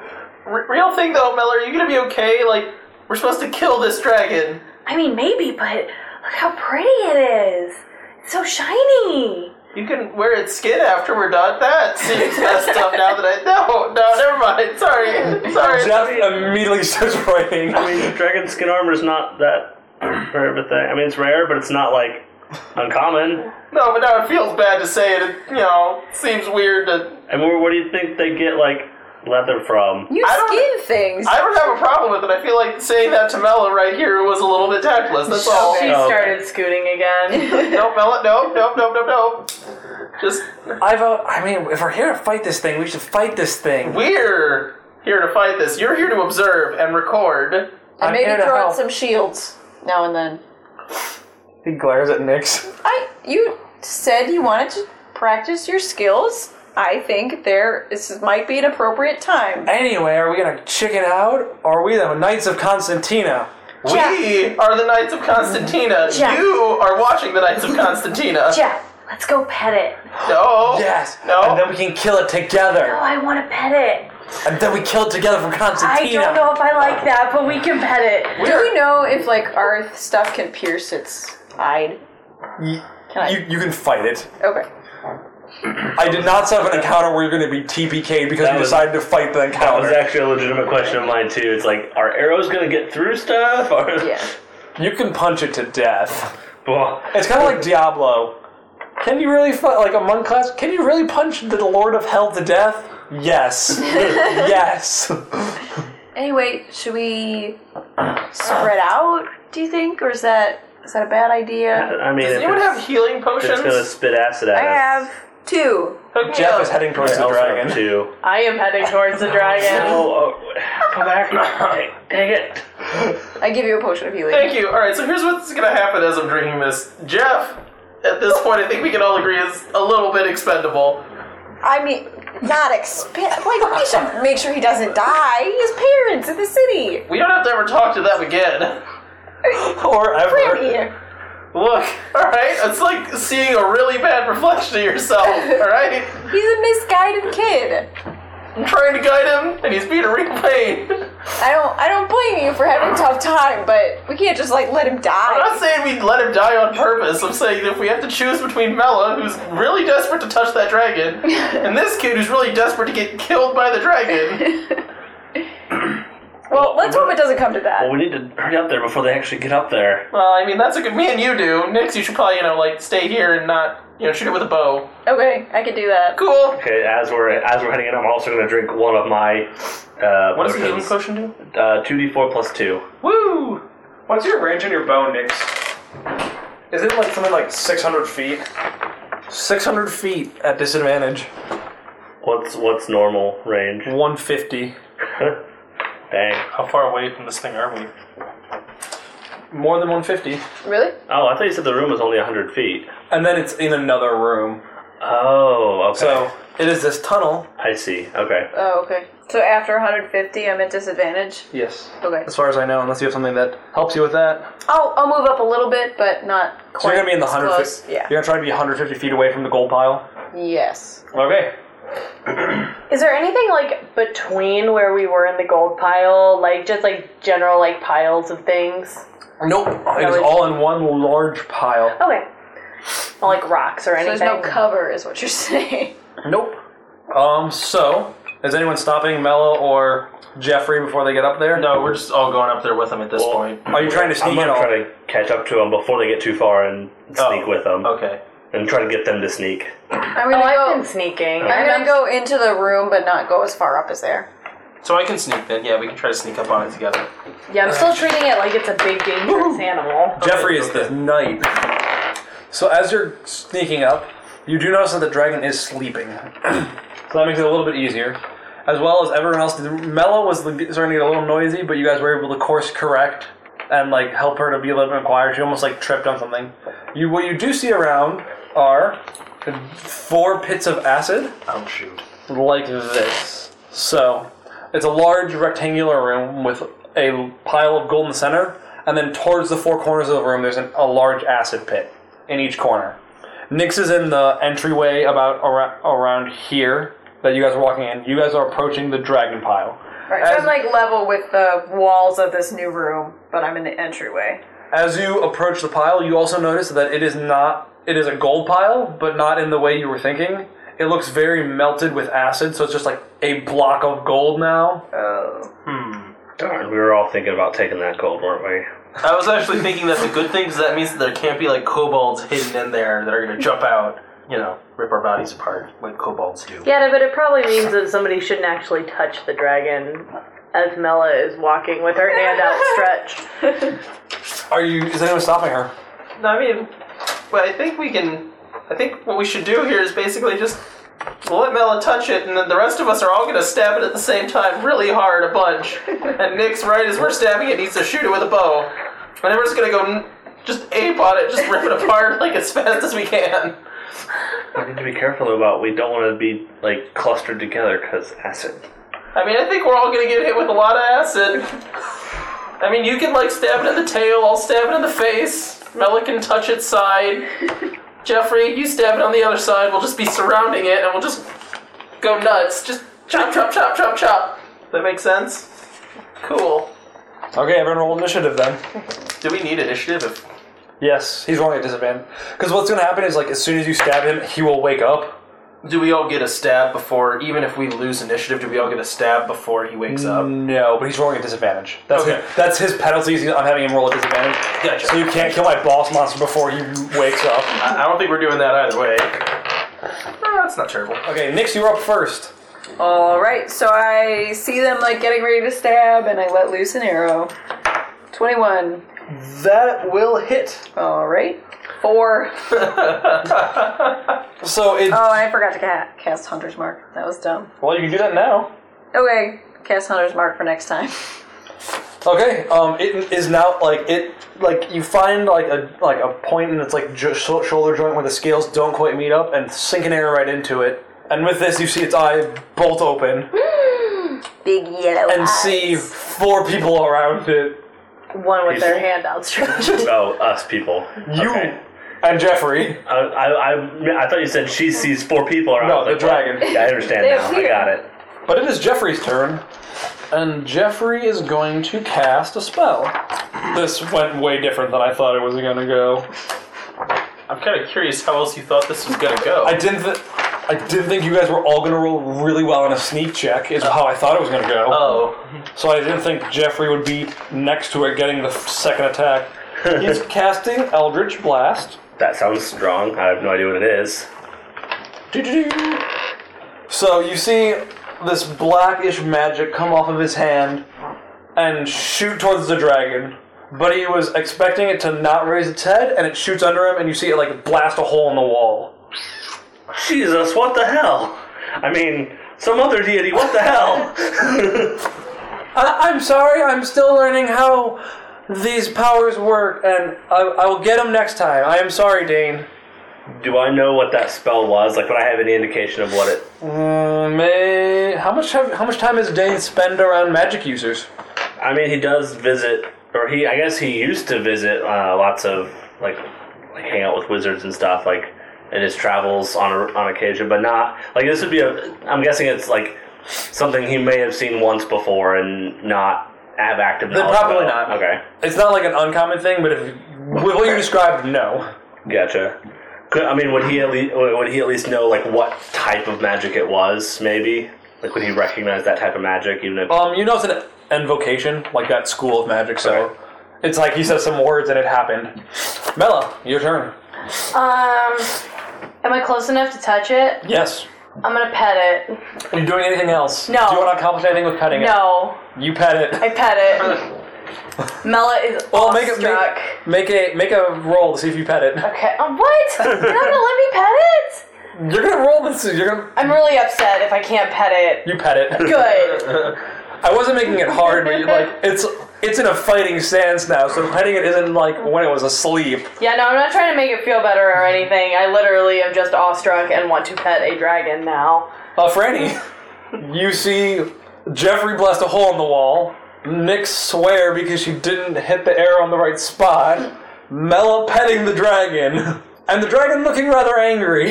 S4: R- real thing though, Mella, are you gonna be okay? Like, we're supposed to kill this dragon.
S6: I mean, maybe, but look how pretty it is. It's so shiny.
S4: You can wear its skin after we're done. That seems messed up now that I no, no, never mind. Sorry, sorry.
S2: Jeff immediately starts writing.
S3: I mean, dragon skin armor is not that rare of a thing. I mean, it's rare, but it's not like uncommon.
S4: No, but now it feels bad to say it. It, you know, seems weird to.
S3: I mean, where do you think they get like leather from?
S5: You
S4: I don't-
S5: skin things.
S4: I don't have a problem with it. I feel like saying that to Mella right here was a little bit tactless. That's all.
S6: She
S3: Oh, okay.
S6: started scooting again.
S4: Nope, Mella, nope, nope, nope, nope, nope. Just
S2: I vote. I mean, if we're here to fight this thing, we should fight this thing.
S4: we're here to fight this. You're here to observe and record.
S5: and
S2: here
S5: maybe
S2: to
S5: throw
S2: help.
S5: out some shields now and then.
S2: He glares at Nix.
S5: I you said you wanted to practice your skills. I think there this might be an appropriate time.
S2: Anyway, are we gonna chicken out, or are we the Knights of Constantina?
S4: We are the Knights of Constantina.
S6: Jack.
S4: You are watching the Knights of Constantina.
S6: Jeff, let's go pet it.
S4: No.
S2: Yes.
S4: No.
S2: And then we can kill it together.
S6: Oh, I want to pet it.
S2: And then we kill it together for
S6: I
S2: Constantina.
S6: don't know if I like that, but we can pet it.
S5: Do we know if like our stuff can pierce its hide? Can I?
S2: You, you can fight it.
S5: okay.
S2: I did not set up an encounter where you're going to be TPK because
S3: That
S2: you
S3: was-
S2: decided to fight the
S3: That was
S2: encounter.
S3: actually a legitimate question of mine too. It's like, are arrows gonna get through stuff? Or
S5: Yeah.
S2: You can punch it to death.
S3: well,
S2: It's kind of like Diablo. Can you really fight like a monk class? Can you really punch the Lord of Hell to death? Yes. yes.
S5: Anyway, should we spread out? Do you think, or is that is that a bad idea?
S3: I mean,
S4: Does
S3: if
S4: anyone
S3: it's,
S4: have healing
S3: if it's
S4: potions?
S3: gonna spit acid at
S5: I
S3: us.
S5: have two.
S4: Hook me
S2: Jeff
S4: up.
S2: is heading towards the
S3: Elsa
S2: dragon.
S3: too.
S6: I am heading towards the dragon.
S3: Oh, oh, come back! Dang it!
S5: I give you a potion of healing.
S4: Thank you. All right, so here's what's gonna happen as I'm drinking this. Jeff, at this point, I think we can all agree is a little bit expendable.
S5: I mean, not expand. Like we should make sure he doesn't die. His parents in the city.
S4: We don't have to ever talk to them again.
S2: or ever.
S5: Here.
S4: Look, all right, it's like seeing a really bad reflection of yourself. All right,
S5: He's a misguided kid.
S4: I'm trying to guide him, and he's being a real pain.
S5: I don't I don't blame you for having a tough time, but we can't just like let him
S4: I'm not
S5: die.
S4: saying we'd let him die on purpose. I'm saying if we have to choose between Mella, who's really desperate to touch that dragon, and this kid who's really desperate to get killed by the dragon,
S5: Well, let's hope it doesn't come to that.
S3: Well, we need to hurry up there before they actually get up there.
S4: well, I mean, that's a good. Me and you do. Nix, you should probably, you know, like, stay here and not, you know, shoot it with a bow.
S5: Okay, I can do that.
S4: Cool.
S3: Okay, as we're as we're heading in, I'm also gonna drink one of my uh,
S4: What does the healing
S3: potions.
S4: potion do?
S3: Uh, 2d4 plus 2.
S4: Woo!
S7: What's your range on your bow, Nix? Is it like something like 600 feet?
S2: 600 feet at disadvantage.
S3: What's what's normal range?
S2: 150.
S3: Dang.
S7: How far away from this thing are we?
S2: more than 150.
S5: Really?
S3: Oh, I thought you said the room was only 100 feet.
S2: And then it's in another room.
S3: Oh, okay.
S2: So it is this tunnel.
S3: I see. Okay.
S5: Oh, okay. So after 150, I'm at disadvantage.
S2: Yes.
S5: Okay.
S2: As far as I know, unless you have something that helps you with that.
S5: I'll, I'll move up a little bit, but not quite.
S2: So you're gonna be in the
S5: as
S2: 100
S5: close.
S2: feet.
S5: Yeah.
S2: You're gonna try to be 150 feet away from the gold pile.
S5: Yes.
S2: Okay.
S6: Is there anything like between where we were in the gold pile, like just like general like piles of things?
S2: Nope. It is
S6: was-
S2: all in one large pile.
S6: Okay. Or, like rocks or
S5: So
S6: anything.
S5: there's no cover, is what you're saying.
S2: Nope. Um. So is anyone stopping Mello or Jeffrey before they get up there?
S7: No, we're just all going up there with them at this
S3: Well-
S7: point.
S2: Are you trying to sneak in
S3: I'm gonna
S2: all?
S3: try to catch up to them before they get too far and sneak with them,
S7: Oh, Okay.
S3: and try to get them to sneak.
S5: I'm gonna
S6: Oh,
S5: go.
S6: I've been sneaking.
S5: I'm gonna go into the room, but not go as far up as there.
S7: So I can sneak then. Yeah, we can try to sneak up on it together.
S6: Yeah, I'm still treating it like it's a big dangerous animal.
S2: Jeffrey is the knight. So as you're sneaking up, you do notice that the dragon is sleeping. so that makes it a little bit easier. As well as everyone else, Mela was starting to get a little noisy, but you guys were able to course correct and like help her to be a little bit quieter. She almost like tripped on something. You what you do see around are four pits of acid
S7: Oh shoot.
S2: like this. So it's a large rectangular room with a pile of gold in the center, and then towards the four corners of the room, there's an, a large acid pit in each corner. Nyx is in the entryway about ar- around here that you guys are walking in. You guys are approaching the dragon pile.
S5: Right.
S2: As-
S5: so I'm like level with the walls of this new room, but I'm in the entryway.
S2: As you approach the pile, you also notice that it is not. It is a gold pile, but not in the way you were thinking. It looks very melted with acid, so it's just like a block of gold now.
S5: Oh.
S3: Darn, we were all thinking about taking that gold, weren't we?
S7: I was actually thinking that's a good thing because that means that there can't be like kobolds hidden in there that are gonna jump out, you know, rip our bodies apart like kobolds do.
S6: Yeah, but it probably means that somebody shouldn't actually touch the dragon as Mela is walking with her hand outstretched.
S2: Are you? Is anyone stopping her?
S4: I mean, but I think we can. I think what we should do here is basically just let Mela touch it, and then the rest of us are all gonna stab it at the same time, really hard, a bunch. And Nick's right as we're stabbing it, needs to shoot it with a bow, and then we're just gonna go n- just ape on it, just rip it apart like as fast as we can.
S3: We need to be careful about. We don't want to be like clustered together because acid.
S4: I mean, I think we're all gonna get hit with a lot of acid. I mean, you can like stab it in the tail, I'll stab it in the face. Mela can touch its side. Jeffrey, you stab it on the other side. We'll just be surrounding it, and we'll just go nuts. Just chop, chop, chop, chop, chop. That makes sense. Cool.
S2: Okay, everyone roll initiative then.
S4: Do we need initiative? If...
S2: Yes, he's rolling at disadvantage. Because what's going to happen is, like, as soon as you stab him, he will wake up.
S7: Do we all get a stab before, even if we lose initiative, do we all get a stab before he wakes up?
S2: No, but he's rolling at disadvantage. That's
S7: Okay.
S2: his, that's his penalties. I'm having him roll at disadvantage.
S7: Gotcha.
S2: So you can't kill my boss monster before he wakes up.
S7: I I don't think we're doing that either way. Ah, That's not terrible.
S2: Okay, Nix, you're up first.
S5: All right. So I see them like getting ready to stab, and I let loose an arrow. Twenty-one.
S2: That will hit.
S5: All right. Four.
S2: So it.
S5: Oh, and I forgot to ca- cast Hunter's Mark. That was dumb.
S2: well, you can do that now.
S5: Okay, cast Hunter's Mark for next time.
S2: Okay. Um, it is now like it like you find like a like a point and it's like jo- shou- shoulder joint where the scales don't quite meet up and sink an arrow right into it. And with this, you see its eye bolt open
S5: Big yellow.
S2: and see four people around it.
S6: One with their hand outstretched.
S3: Oh, us people.
S2: You
S3: Okay.
S2: and Jeffrey.
S3: I, I, I, I thought you said she sees four people. Or
S2: No,
S3: I was
S2: the
S3: like, what?
S2: dragon.
S3: Yeah, I understand
S5: They
S3: now. I
S5: appear.
S3: got it.
S2: But it is Jeffrey's turn, and Jeffrey is going to cast a spell. This went way different than I thought it was going to go.
S7: I'm kind of curious how else you thought this was gonna go.
S2: I didn't. Th- I didn't think you guys were all going to roll really well on a sneak check. Is how I thought it was going to go.
S7: oh,
S2: So I didn't think Jeffrey would be next to it getting the f- second attack. He's casting Eldritch Blast.
S3: That sounds strong. I have no idea what it is.
S2: Doo-doo-doo. So you see this blackish magic come off of his hand and shoot towards the dragon. But he was expecting it to not raise its head, and it shoots under him, and you see it like blast a hole in the wall.
S3: Jesus, what the hell? I mean, some other deity. What the hell?
S2: I- I'm sorry, I'm still learning how these powers work, and I, I will get them next time. I am sorry, Dane.
S3: Do I know what that spell was? Like, would I have any indication of what it?
S2: Uh, may, how much time, how much time has Dane spend around magic users?
S3: I mean, he does visit, or he, I guess he used to visit uh, lots of like, like hang out with wizards and stuff, like in his travels on a, on occasion, but not like this would be a. I'm guessing it's like something he may have seen once before and not have active.
S2: Then
S3: knowledge
S2: probably
S3: about.
S2: not.
S3: Okay,
S2: It's not like an uncommon thing, but if with what you described, no.
S3: gotcha. Could, I mean, would he at least would he at least know like what type of magic it was? Maybe like would he recognize that type of magic even if?
S2: Um, you know, it's an invocation, like that school of magic. So it's like he says some words and it happened. Mela, your turn.
S6: Um, am I close enough to touch it?
S2: Yes.
S6: I'm gonna pet it.
S2: Are you doing anything else?
S6: No.
S2: Do you want to accomplish anything with petting
S6: No,
S2: it? You pet it.
S6: I pet it. Mela is
S2: Well, Oh, make it- make-
S6: awestruck.
S2: Make a make a roll to see if you pet it.
S6: Okay, um, what? You're not gonna let me pet it?
S2: You're gonna roll this. You're gonna
S6: I'm really upset if I can't pet it.
S2: you pet it.
S6: Good.
S2: I wasn't making it hard, but you like it's it's in a fighting stance now, so petting it isn't like when it was asleep.
S6: Yeah, no, I'm not trying to make it feel better or anything. I literally am just awestruck and want to pet a dragon now.
S2: Uh, Franny, you see Jeffrey blessed a hole in the wall. Nick swear because she didn't hit the air on the right spot. Mela petting the dragon, and the dragon looking rather angry.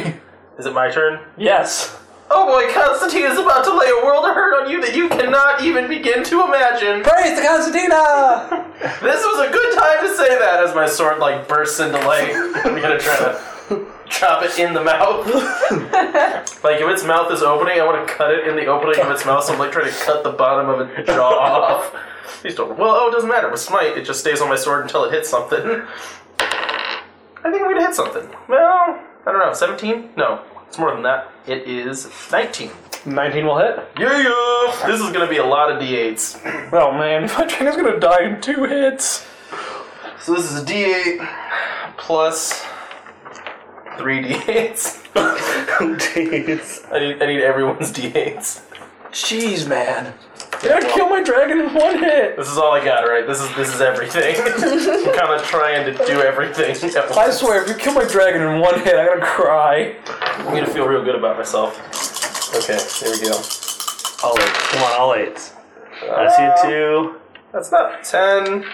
S7: Is it my turn?
S2: Yes.
S4: Oh boy, Constantine is about to lay a world of hurt on you that you cannot even begin to imagine.
S2: Praise to Constantina!
S4: This was a good time to say that as my sword like bursts into light. I'm gonna try to chop it in the mouth. like if its mouth is opening, I want to cut it in the opening of its mouth. So I'm like trying to cut the bottom of its jaw off. Please don't. Well, oh, it doesn't matter. With smite, it just stays on my sword until it hits something. I think I'm gonna hit something. Well, I don't know. 17? No, it's more than that. It is 19.
S2: 19 will hit.
S4: Yeah, yeah. This is gonna be a lot of d8s.
S2: Oh man, my dragon's gonna die in two hits.
S4: So this is a D8 plus three D8s.
S3: Jeez.
S4: I need I need everyone's D8s.
S2: Jeez, man. Did I kill my dragon in one hit?
S4: This is all I got, right? This is this is everything. I'm kind of trying to do everything. at once.
S2: I swear, if you kill my dragon in one hit, I'm gonna cry.
S4: I'm gonna feel real good about myself. Okay, there we go.
S3: All eight. Come on, all eights. I see a two.
S4: That's not ten.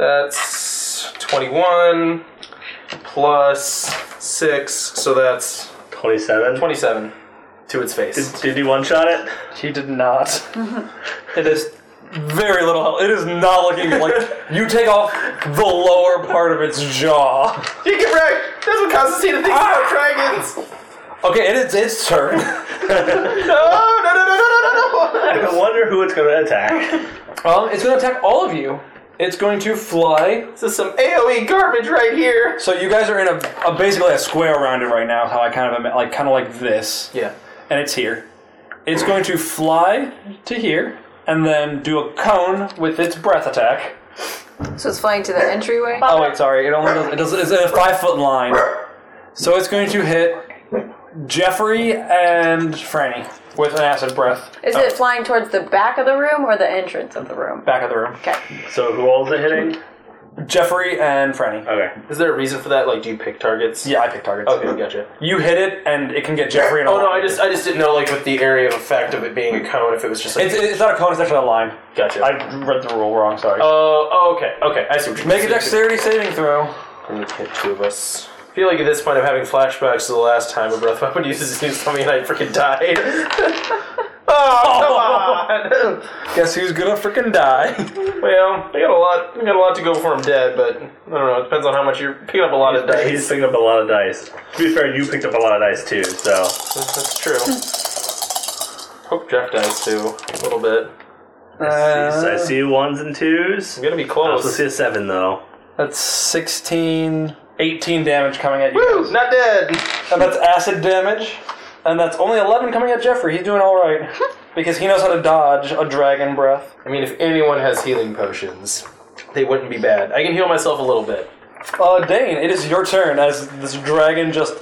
S4: That's twenty-one plus six, so that's
S3: 27.
S4: twenty-seven to its face.
S3: Did he one shot it?
S2: He did not. it is very little help. It is not looking like you take off the lower part of its jaw.
S4: You get wrecked. That's what Constantine thinks
S2: Ah!
S4: about dragons.
S2: Okay, it is its turn.
S4: No, no, no, no, no, no, no, no.
S3: I wonder who it's gonna attack.
S2: Um, it's gonna attack all of you. It's going to fly.
S4: This is some AOE garbage right here.
S2: So you guys are in a, a basically a square around it right now. How I kind of ima- like kind of like this.
S4: Yeah.
S2: and it's here. It's going to fly to here and then do a cone with its breath attack.
S5: So it's flying to the entryway.
S6: Um,
S2: Oh wait, sorry. It only does, it does it's in a five foot line. So it's going to hit Jeffrey and Franny with an acid breath.
S5: Is it flying towards the back of the room or the entrance of the room?
S2: Back of the room.
S3: So who all is it hitting?
S2: Jeffrey and Franny.
S3: Okay.
S4: Is there a reason for that? Like, do you pick targets?
S2: Yeah, I picked targets.
S4: Okay, gotcha.
S2: You hit it and it can get Jeffrey and
S4: Oh no, I just I just didn't know like with the area of effect of it being a cone if it was just like
S2: it's, it's not a cone, it's actually a line.
S4: gotcha.
S2: I
S4: Uh,
S2: read the rule wrong, sorry.
S4: oh, okay, okay, I see what you're
S2: Make a dexterity saving throw.
S4: I'm gonna hit two of us. I feel like at this point I'm having flashbacks to the last time a breath weapon uses his new something and I freaking died. oh, come on!
S2: Guess who's gonna freaking die?
S4: Well, I got a lot. I got a lot to go before I'm dead, but I don't know. It depends on how much you're picking up a lot of
S3: He's
S4: dice.
S3: picking up a lot of dice. To be fair, you picked up a lot of dice too, so.
S4: That's true. Hope Jeff dies too a little bit.
S2: Uh,
S3: I see ones and twos.
S4: I'm gonna be
S3: I also
S4: close.
S3: see a seven though.
S2: That's 16, 18 damage coming at you.
S4: Woo! Not dead.
S2: And that's acid damage. And that's only 11 coming at Jeffrey. He's doing alright. Because he knows how to dodge a dragon breath.
S4: I mean, if anyone has healing potions, they wouldn't be bad. I can heal myself a little bit.
S2: Uh, Dane, it is your turn as this dragon just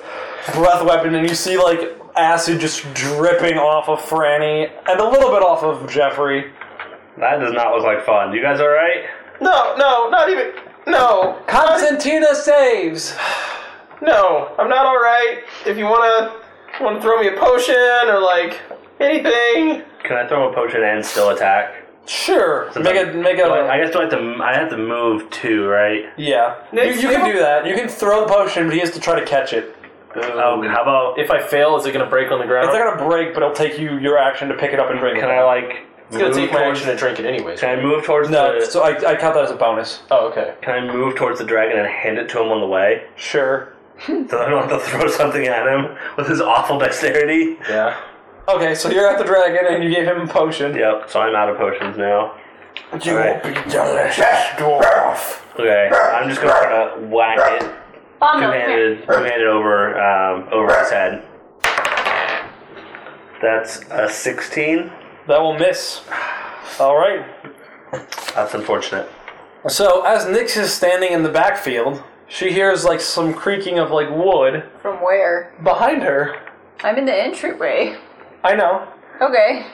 S2: breath weapon, and you see, like, acid just dripping off of Franny and a little bit off of Jeffrey.
S3: That does not look like fun. You guys alright?
S4: No, no, not even. No,
S2: Constantina saves.
S4: no, I'm not all right. If you wanna, wanna throw me a potion or like anything.
S3: Can I throw a potion and still attack?
S2: Sure.
S3: Since
S2: Make
S3: I'm-
S2: it. Make it.
S3: Do I, I guess do I have to? I have to move too, right?
S2: yeah. You,
S4: Next
S2: you can do that. You can throw the potion, but he has to try to catch it.
S3: Oh, how about
S7: If I fail, is it going to break on the
S2: It's
S7: ground?
S2: not gonna break, but it'll take you your action to pick it up and bring it.
S3: can
S2: back.
S3: I like?
S7: it's going
S3: move
S7: to take my
S3: towards-
S7: action to drink it anyways.
S3: Can I move towards
S2: No.
S3: the?
S2: So I, I count that as a bonus.
S7: Oh, okay.
S3: can I move towards the dragon and hand it to him on the way,
S2: Sure.
S3: so I don't have to throw something at him with his awful dexterity?
S7: Yeah.
S2: Okay. So you're at the dragon, and you gave him a potion.
S3: Yep. So I'm out of potions now.
S8: You
S3: Alright.
S8: will be delicious, dwarf.
S3: Okay. I'm just gonna try to whack it
S6: Um,
S3: two-handed, two-handed over um, over his head. That's a 16.
S2: That will miss. All right.
S3: That's unfortunate.
S2: So as Nyx is standing in the backfield, she hears like some creaking of like wood
S5: From where?
S2: behind her.
S5: I'm in the entryway.
S2: I know.
S5: Okay.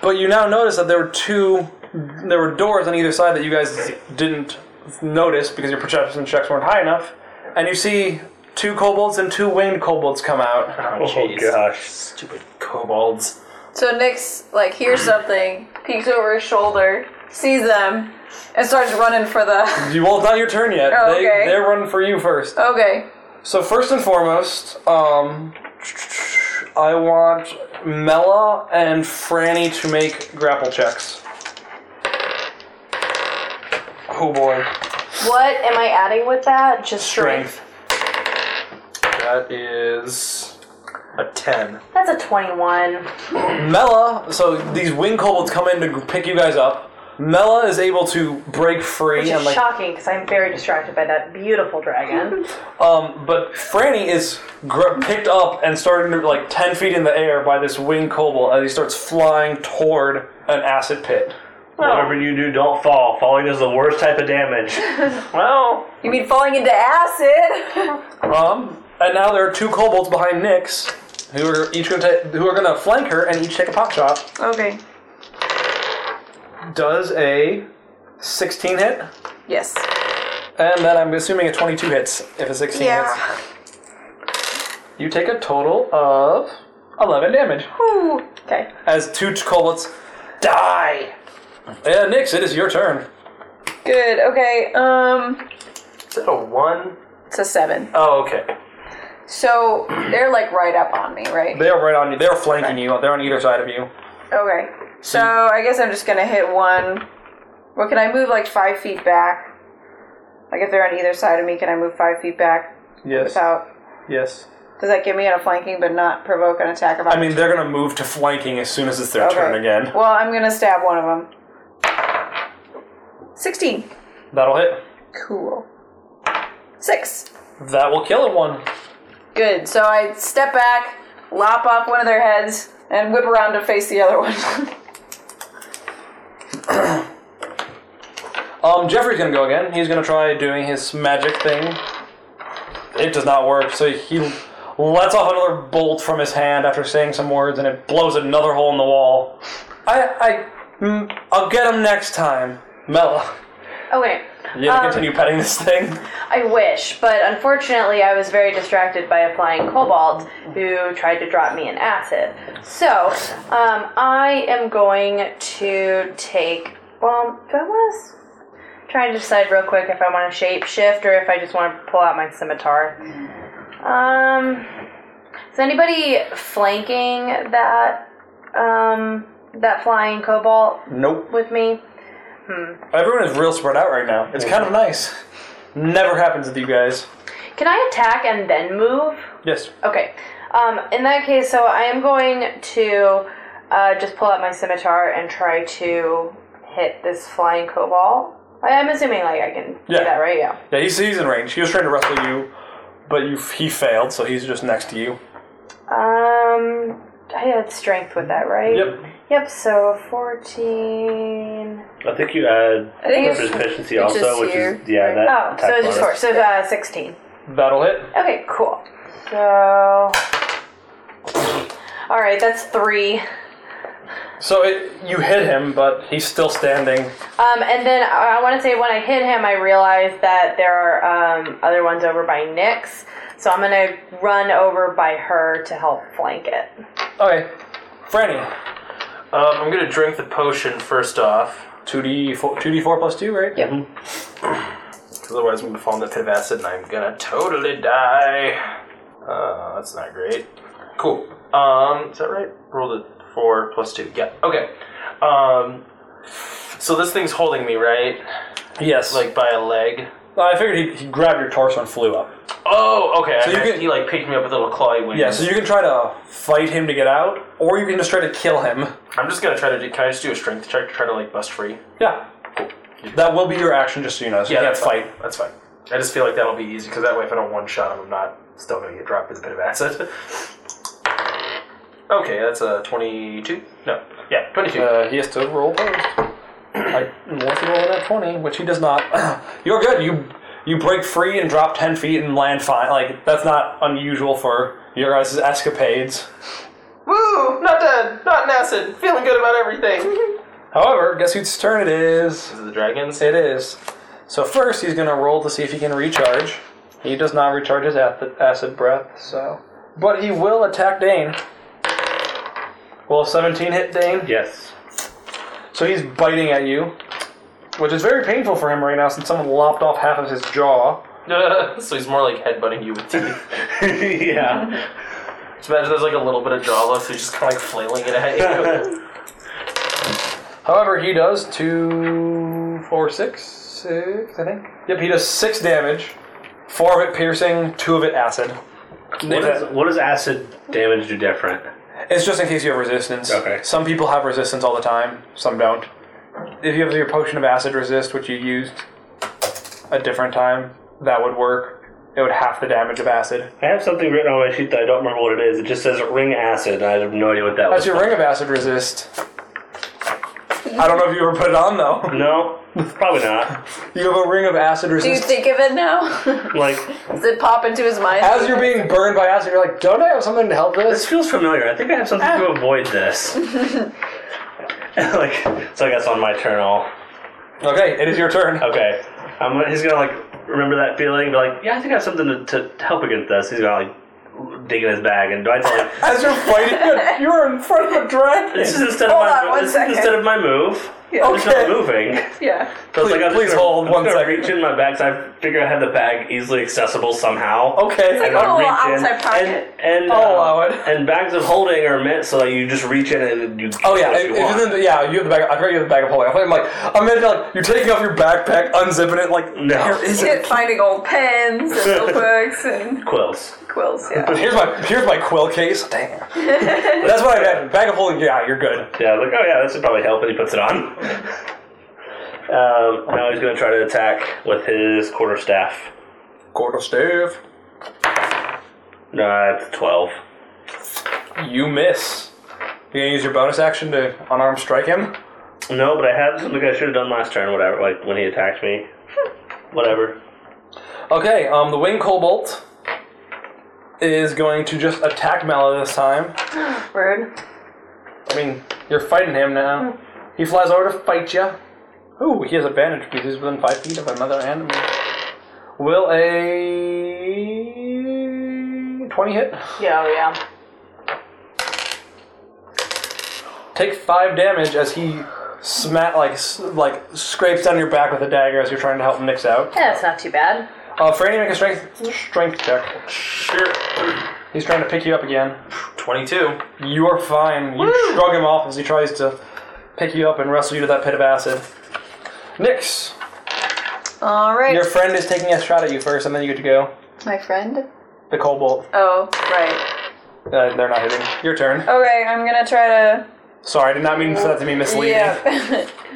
S2: But you now notice that there were two, there were doors on either side that you guys didn't notice because your perception checks weren't high enough, and you see two kobolds and two winged kobolds come out.
S7: Oh,
S3: Oh,
S7: jeez.
S3: gosh.
S7: Stupid kobolds.
S5: So Nick's like hears something, peeks over his shoulder, sees them, and starts running for the.
S2: You, well, it's not your turn yet.
S5: Oh,
S2: they,
S5: okay.
S2: They're running for you first.
S5: Okay.
S2: So first and foremost, um, I want Mela and Franny to make grapple checks. Oh boy,
S6: What am I adding with that? Just strength.
S2: strength.
S7: That is a 10.
S6: That's a 21.
S2: Mela, so these wing kobolds come in to pick you guys up. Mela is able to break free
S6: Which
S2: and
S6: is
S2: like,
S6: shocking because I'm very distracted by that beautiful dragon.
S2: um, but Franny is gr- picked up and starting to like ten feet in the air by this wing kobold as he starts flying toward an acid pit.
S3: Whatever you do, don't fall. Falling is the worst type of damage.
S7: Well,
S5: You mean falling into acid?
S2: Um, and now there are two kobolds behind Nyx, who are each going to who are going to flank her and each take a pot shot.
S5: okay.
S2: Does a 16 hit,
S5: Yes.
S2: and then I'm assuming a 22 hits if a 16 hits. You take a total of 11 damage
S5: Whew. Okay.
S2: as two t- kobolds die. Yeah, Nyx, it is your turn.
S5: Good. Okay. Um.
S7: is that a 1?
S5: It's a seven.
S7: Oh, okay.
S5: So they're like right up on me, right?
S2: They are right on you. They are flanking you. They're on either side of you.
S5: Okay. So I guess I'm just gonna hit one. What can I move like five feet back? Like if they're on either side of me, can I move five feet back
S2: Yes.
S5: without?
S2: Yes.
S5: Does that give me on a flanking but not provoke an attack of
S2: I mean, they're gonna move to flanking as soon as it's their turn again.
S5: Well, I'm gonna stab one of them. Sixteen.
S2: That'll hit.
S5: Cool. Six.
S2: That will kill it. One.
S5: Good. So I step back, lop off one of their heads, and whip around to face the other one.
S2: Um, Jeffrey's gonna go again. He's gonna try doing his magic thing. It does not work, so he lets off another bolt from his hand after saying some words, and it blows another hole in the wall. I, I, mm, I'll get him next time, Mela.
S6: Okay.
S2: You have to continue petting this thing.
S6: I wish, but unfortunately, I was very distracted by a flying kobold who tried to drop me in acid. So, um, I am going to take. Well, do I want to try and decide real quick if I want to shapeshift or if I just want to pull out my scimitar? Um, is anybody flanking that um, that flying kobold
S2: Nope.
S6: with me?
S2: Everyone is real spread out right now. It's kind of nice. Never happens with you guys.
S6: Can I attack and then move?
S2: Yes.
S6: Okay. Um, in that case, so I am going to uh, just pull out my scimitar and try to hit this flying cobalt. I- I'm assuming like I can
S2: Yeah.
S6: do that, right? Yeah.
S2: Yeah, he's, he's in range. He was trying to wrestle you, but you he failed, so he's just next to you.
S6: Um, I had strength with that, right?
S2: Yep.
S6: Yep. So fourteen.
S3: I think you add
S5: I think it's
S3: proficiency
S5: it's just
S3: also, which
S5: here.
S3: is yeah. That
S6: Oh, so
S3: attack
S6: it's just four.
S3: bonus.
S6: So uh, sixteen.
S2: That'll hit.
S6: Okay. Cool. So. All right, that's three.
S2: So it, you hit him, but he's still standing.
S6: Um, and then I, I want to say when I hit him, I realized that there are um, other ones over by Nyx. So I'm going to run over by her to help flank it.
S2: Okay, Franny,
S7: Um, I'm gonna drink the potion first off, Mm-hmm.
S2: two D four, two D four plus two, right?
S6: Yep.
S7: because otherwise I'm gonna fall in the pit of acid and I'm gonna totally die. Uh, that's not great. Cool. Um, is that right? Rolled a four plus two. Yeah. Okay. Um, so this thing's holding me, right?
S2: Yes.
S7: Like by a leg.
S2: I figured he, he grabbed your torso and flew up.
S7: Oh, okay.
S2: So you
S7: I-
S2: can-
S7: he like picked me up with little clawy wings.
S2: Yeah, so you can try to fight him to get out, or you can just try to kill him.
S7: I'm just gonna try to. Do, can I just do a strength check to try to like bust free?
S2: Yeah. That will be your action, just so you know. So you can't
S7: that's fine.
S2: fight.
S7: That's fine. I just feel like that'll be easy because that way, if I don't one shot him, I'm not still gonna get dropped with a bit of acid. okay, that's a twenty-two. No, yeah, twenty-two.
S2: Uh, he has to roll first. I, unless he rolls that twenty, which he does not. You're good. You you break free and drop ten feet and land fine. Like that's not unusual for your guys' escapades.
S4: Woo! Not dead. Not in acid. Feeling good about everything.
S2: However, guess whose turn it is?
S7: This is the dragons.
S2: It is. So first, he's gonna roll to see if he can recharge. He does not recharge his ath- acid breath, so. But he will attack Dane. Will a 17 hit Dane?
S3: Yes.
S2: So he's biting at you, which is very painful for him right now since someone lopped off half of his jaw.
S7: so he's more like headbutting you with teeth.
S3: yeah.
S7: Just imagine there's like a little bit of jaw left, so he's just kind of like flailing it at you.
S2: However, he does two, four, six, six, I think. Yep, he does six damage. Four of it piercing, two of it acid.
S3: What, is, what does acid damage do different?
S2: It's just in case you have resistance.
S3: Okay.
S2: Some people have resistance all the time, some don't. If you have your potion of acid resist, which you used a different time, that would work. It would half the damage of acid.
S3: I have something written on my sheet that I don't remember what it is. It just says ring acid, and I have no idea what that
S2: That's
S3: was.
S2: your ring of acid resist. I don't know if you ever put it on though.
S3: No, probably not.
S2: You have a ring of acid
S5: Do you
S2: resist.
S5: think of it now?
S3: Like
S5: Does it pop into his mind?
S2: As you're being burned by acid, you're like, don't I have something to help
S3: this
S2: this?
S3: feels familiar. I think I have something
S5: Ah.
S3: to avoid this. like so, I guess on my turn, I'll
S2: Okay, it is your turn.
S3: okay. I'm, gonna- he's gonna like remember that feeling and be like, yeah, I think I have something to, to help against this. He's gonna like dig in his bag and do I tell him
S2: As you're fighting, you're- you're in front of a dragon.
S3: this is instead
S5: Hold
S3: of my
S5: on
S3: mo-
S5: one
S3: this
S5: second.
S3: is instead of my move. Yeah, it's
S2: Okay.
S3: not moving. So
S5: yeah.
S3: it's
S2: Please-
S3: like, I'm just
S2: please
S3: gonna-
S2: hold
S3: I'm
S2: one
S3: just gonna
S2: second.
S3: Reach in my bag. So I figure I had the bag easily accessible somehow.
S2: Okay.
S5: like
S3: And I
S5: a little
S3: reach in,
S5: Oh, outside pocket.
S3: And, and,
S2: I'll allow it.
S3: and bags of holding are meant so that you just reach in and you.
S2: Oh yeah,
S3: what
S2: it,
S3: you
S2: it
S3: want.
S2: isn't- yeah. You have the bag. I forgot you have the bag of holding. I thought I'm like, I'm gonna like you're taking off your backpack, unzipping it, like
S3: No.
S2: Here is it.
S5: finding old pens and notebooks and
S3: Quills.
S5: quills. Yeah.
S2: Here's my here's my quill case. Damn. That's what I meant. Bag of holding. Yeah, you're good.
S3: Yeah, like oh yeah, this would probably help, and he puts it on. um, now he's gonna try to attack with his quarter staff.
S2: Quarter staff.
S3: No, that's twelve.
S2: You miss. You gonna use your bonus action to unarmed strike him?
S3: No, but I had something I should have done last turn. Whatever, like when he attacked me. Whatever.
S2: Okay. Um, the wing cobalt is going to just attack Mallow this time.
S6: Rude.
S2: I mean, you're fighting him now. He flies over to fight you. Ooh, he has advantage because he's within five feet of another enemy. Will a 20 hit?
S6: Yeah, oh yeah.
S2: Take five damage as he smat like s- like scrapes down your back with a dagger as you're trying to help Nyx out.
S6: Yeah, that's not too bad.
S2: Uh, Franny, make a strength strength check.
S7: Sure.
S2: He's trying to pick you up again.
S7: Twenty-two.
S2: You are fine. You shrug him off as he tries to pick you up and wrestle you to that pit of acid. Nyx,
S5: All right.
S2: your friend is taking a shot at you first, and then you get to go.
S5: My friend.
S2: The cobalt.
S5: Oh, right.
S2: Uh, they're not hitting. Your turn.
S5: Okay, I'm gonna try to.
S2: Sorry, I did not mean for that to be misleading.
S5: Yeah.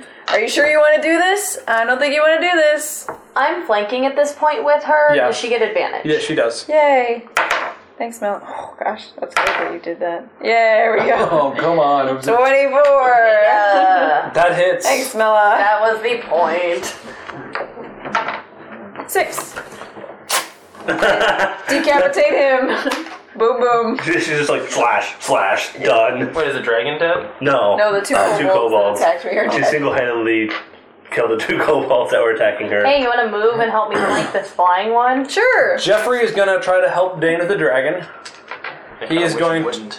S5: Are you sure you want to do this? I don't think you want to do this.
S6: I'm flanking at this point with her.
S2: Yeah.
S6: Does she get advantage?
S2: Yeah, she does.
S5: Yay. Thanks, Mel. Oh gosh, that's good that you did that. Yeah, there we go.
S2: Oh, come on.
S5: Twenty-four.
S6: Uh,
S2: That hits.
S5: Thanks, Mella.
S6: that was the point.
S5: Six. Decapitate him. Boom, boom.
S3: She's just like slash, slash, done.
S7: Wait, is the dragon dead?
S3: No.
S5: No, the two
S3: Uh, two kobolds.
S5: kobolds that attacked me are
S3: She
S5: dead.
S3: single handedly killed the two kobolds that were attacking her.
S6: Hey, you want to move and help me make this flying one?
S5: Sure.
S2: Jeffrey is gonna try to help Dana the dragon. He
S7: I
S2: is
S7: wish
S2: going-
S7: wouldn't.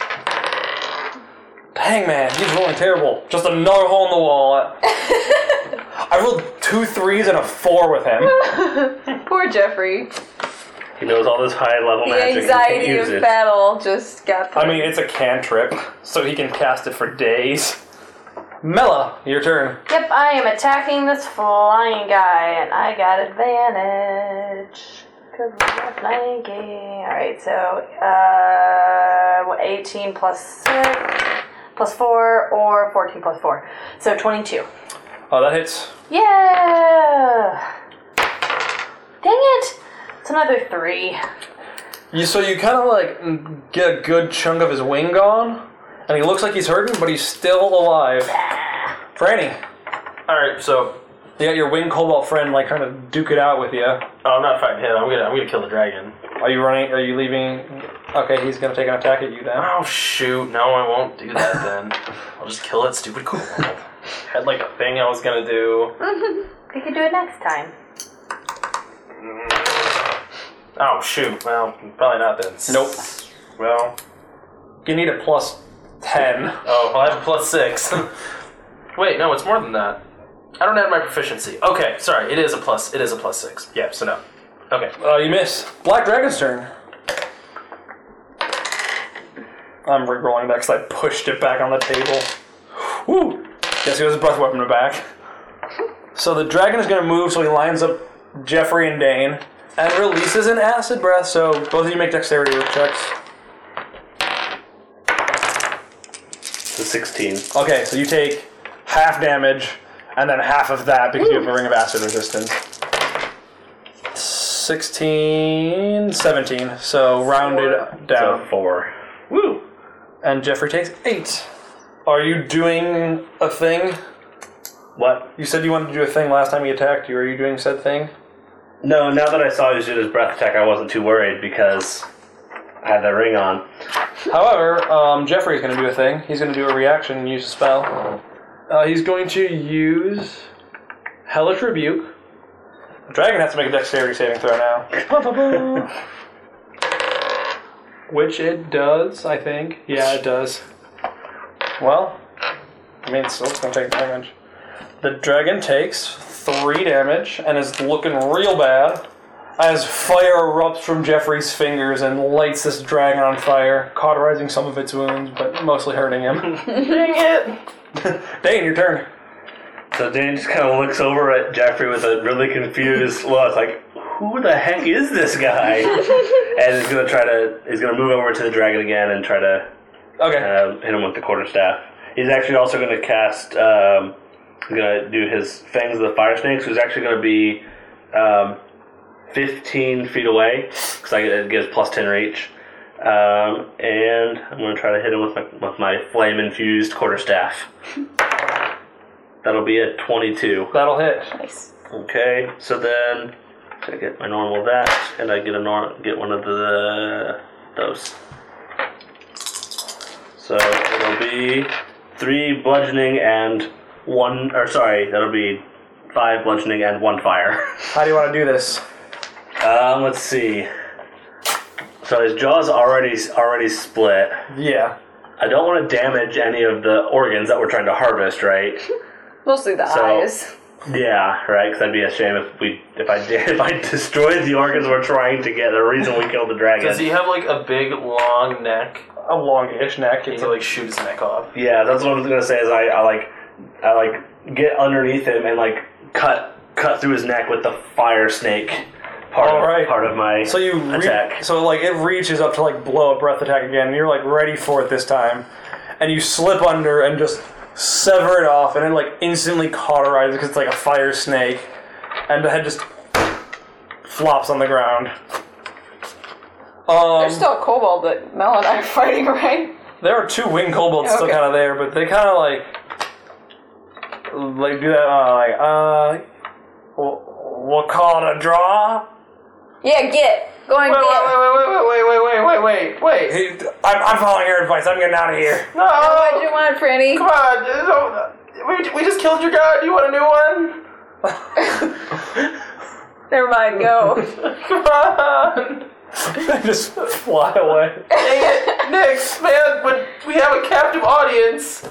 S2: Dang man, he's rolling terrible. Just another hole in the wall. I rolled two threes and a four with him.
S5: Poor Jeffrey.
S3: He knows all this high level
S5: The
S3: magic. he
S5: anxiety
S3: can't
S5: of
S3: use it.
S5: battle just got. The
S2: I mean, it's a cantrip, so he can cast it for days. Mela, your turn.
S6: Yep, I am attacking this flying guy, and I got advantage. Because we're flanking. Alright, so uh, what, 18 plus 6, plus 4, or 14 plus 4. So 22.
S2: Oh, that hits.
S6: Yeah! Dang it! It's another 3.
S2: You, so you kind of like mm, get a good chunk of his wing gone, and he looks like he's hurting, but he's still alive. Franny,
S7: All right, so
S2: you got your wing cobalt friend like trying to duke it out with you. Are
S7: oh, I'm not fighting him. I'm gonna I'm gonna kill the dragon.
S2: you running? Are you leaving? Okay, he's gonna take an attack at you now.
S7: Oh shoot! No, I won't do that then. I'll just kill that stupid kobold. Had like a thing I was gonna do.
S6: We could do it next time.
S7: Oh shoot! Well, probably not then.
S2: Nope.
S7: Well,
S2: You need a plus ten.
S7: oh, well, I have a plus six. Wait, no, it's more than that. I don't add my proficiency. Okay, sorry. It is a plus. It is a plus six. Yeah. So no. Okay.
S2: Uh, you miss. Black Dragon's turn. I'm re-rolling that because I pushed it back on the table. Woo! Guess he has his breath weapon back. So the dragon is going to move, so he lines up Jeffrey and Dane and releases an acid breath. So both of you make dexterity checks.
S3: It's a 16.
S2: Okay, so you take half damage and then half of that because you have a ring of acid resistance. 16, 17. So rounded down.
S7: Oh.
S3: So 4.
S2: Woo! And Jeffrey takes eight. Are you doing a thing?
S3: What?
S2: You said you wanted to do a thing last time he attacked you. Are you doing said thing?
S3: No, now that I saw he was doing his breath attack, I wasn't too worried because I had that ring on.
S2: However, um, Jeffrey's going to do a thing. He's going to do a reaction and use a spell. Uh, he's going to use Hellish Rebuke. The dragon has to make a dexterity saving throw now. Ba-ba-ba. Which it does, I think. Yeah, it does. Well, I mean, it's still going to take damage. The dragon takes three damage and is looking real bad as fire erupts from Jeffrey's fingers and lights this dragon on fire, cauterizing some of its wounds, but mostly hurting him.
S4: Dang it!
S2: Dane, your turn.
S3: So Dan just kind of looks over at Jeffrey with a really confused look, like, "Who the heck is this guy?" and he's gonna try to he's gonna move over to the dragon again and try to
S2: Okay.
S3: um, hit him with the quarterstaff. He's actually also gonna cast um, he's gonna do his fangs of the fire snakes, who's actually gonna be um, 15 feet away because it gives plus 10 reach. Um, and I'm gonna try to hit him with my with my flame infused quarterstaff. That'll be a 22.
S2: That'll hit.
S3: Okay, so then I get my normal that, and I get a nor- get one of the those. So it'll be three bludgeoning and one, or sorry, that'll be five bludgeoning and one fire.
S2: How do you want to do this?
S3: Um, let's see. So his jaw's already already split.
S2: Yeah.
S3: I don't want to damage any of the organs that we're trying to harvest, right?
S5: Mostly the
S3: So-
S2: um,
S5: eyes.
S3: Yeah, right. Because that'd be a shame if we if I did, if I destroyed the organs we're trying to get. The reason we killed the dragon.
S7: Does he have like a big long neck?
S2: A longish neck.
S7: He
S2: It's
S7: can
S2: like
S7: like shoot his neck off.
S3: yeah, that's what I was gonna say. Is I, I like I like get underneath him and like cut cut through his neck with the fire snake part
S2: All
S3: of,
S2: right.
S3: part of my
S2: so you re-
S3: attack.
S2: So like it reaches up to like blow a breath attack again. And you're like ready for it this time, and you slip under and just sever it off, and it like instantly cauterizes because it's like a fire snake, and the head just flops on the ground. Um,
S5: There's still a kobold that Mel and I are fighting, right?
S2: There are two wing kobolds still
S5: Okay.
S2: kind of there, but they kind of like like do that uh, like uh, we'll, we'll call it a draw,
S5: Yeah, get. Go and
S4: Wait,
S5: get.
S4: wait, wait, wait, wait, wait, wait, wait, wait.
S8: I'm, I'm following your advice. I'm getting out of here.
S4: No!
S5: What do you want, Franny?
S4: Come on, don't, we, we just killed your god. Do you want a new one?
S5: Never mind, go.
S4: Come on,
S2: just fly away.
S4: Nick, man. When we have a captive audience,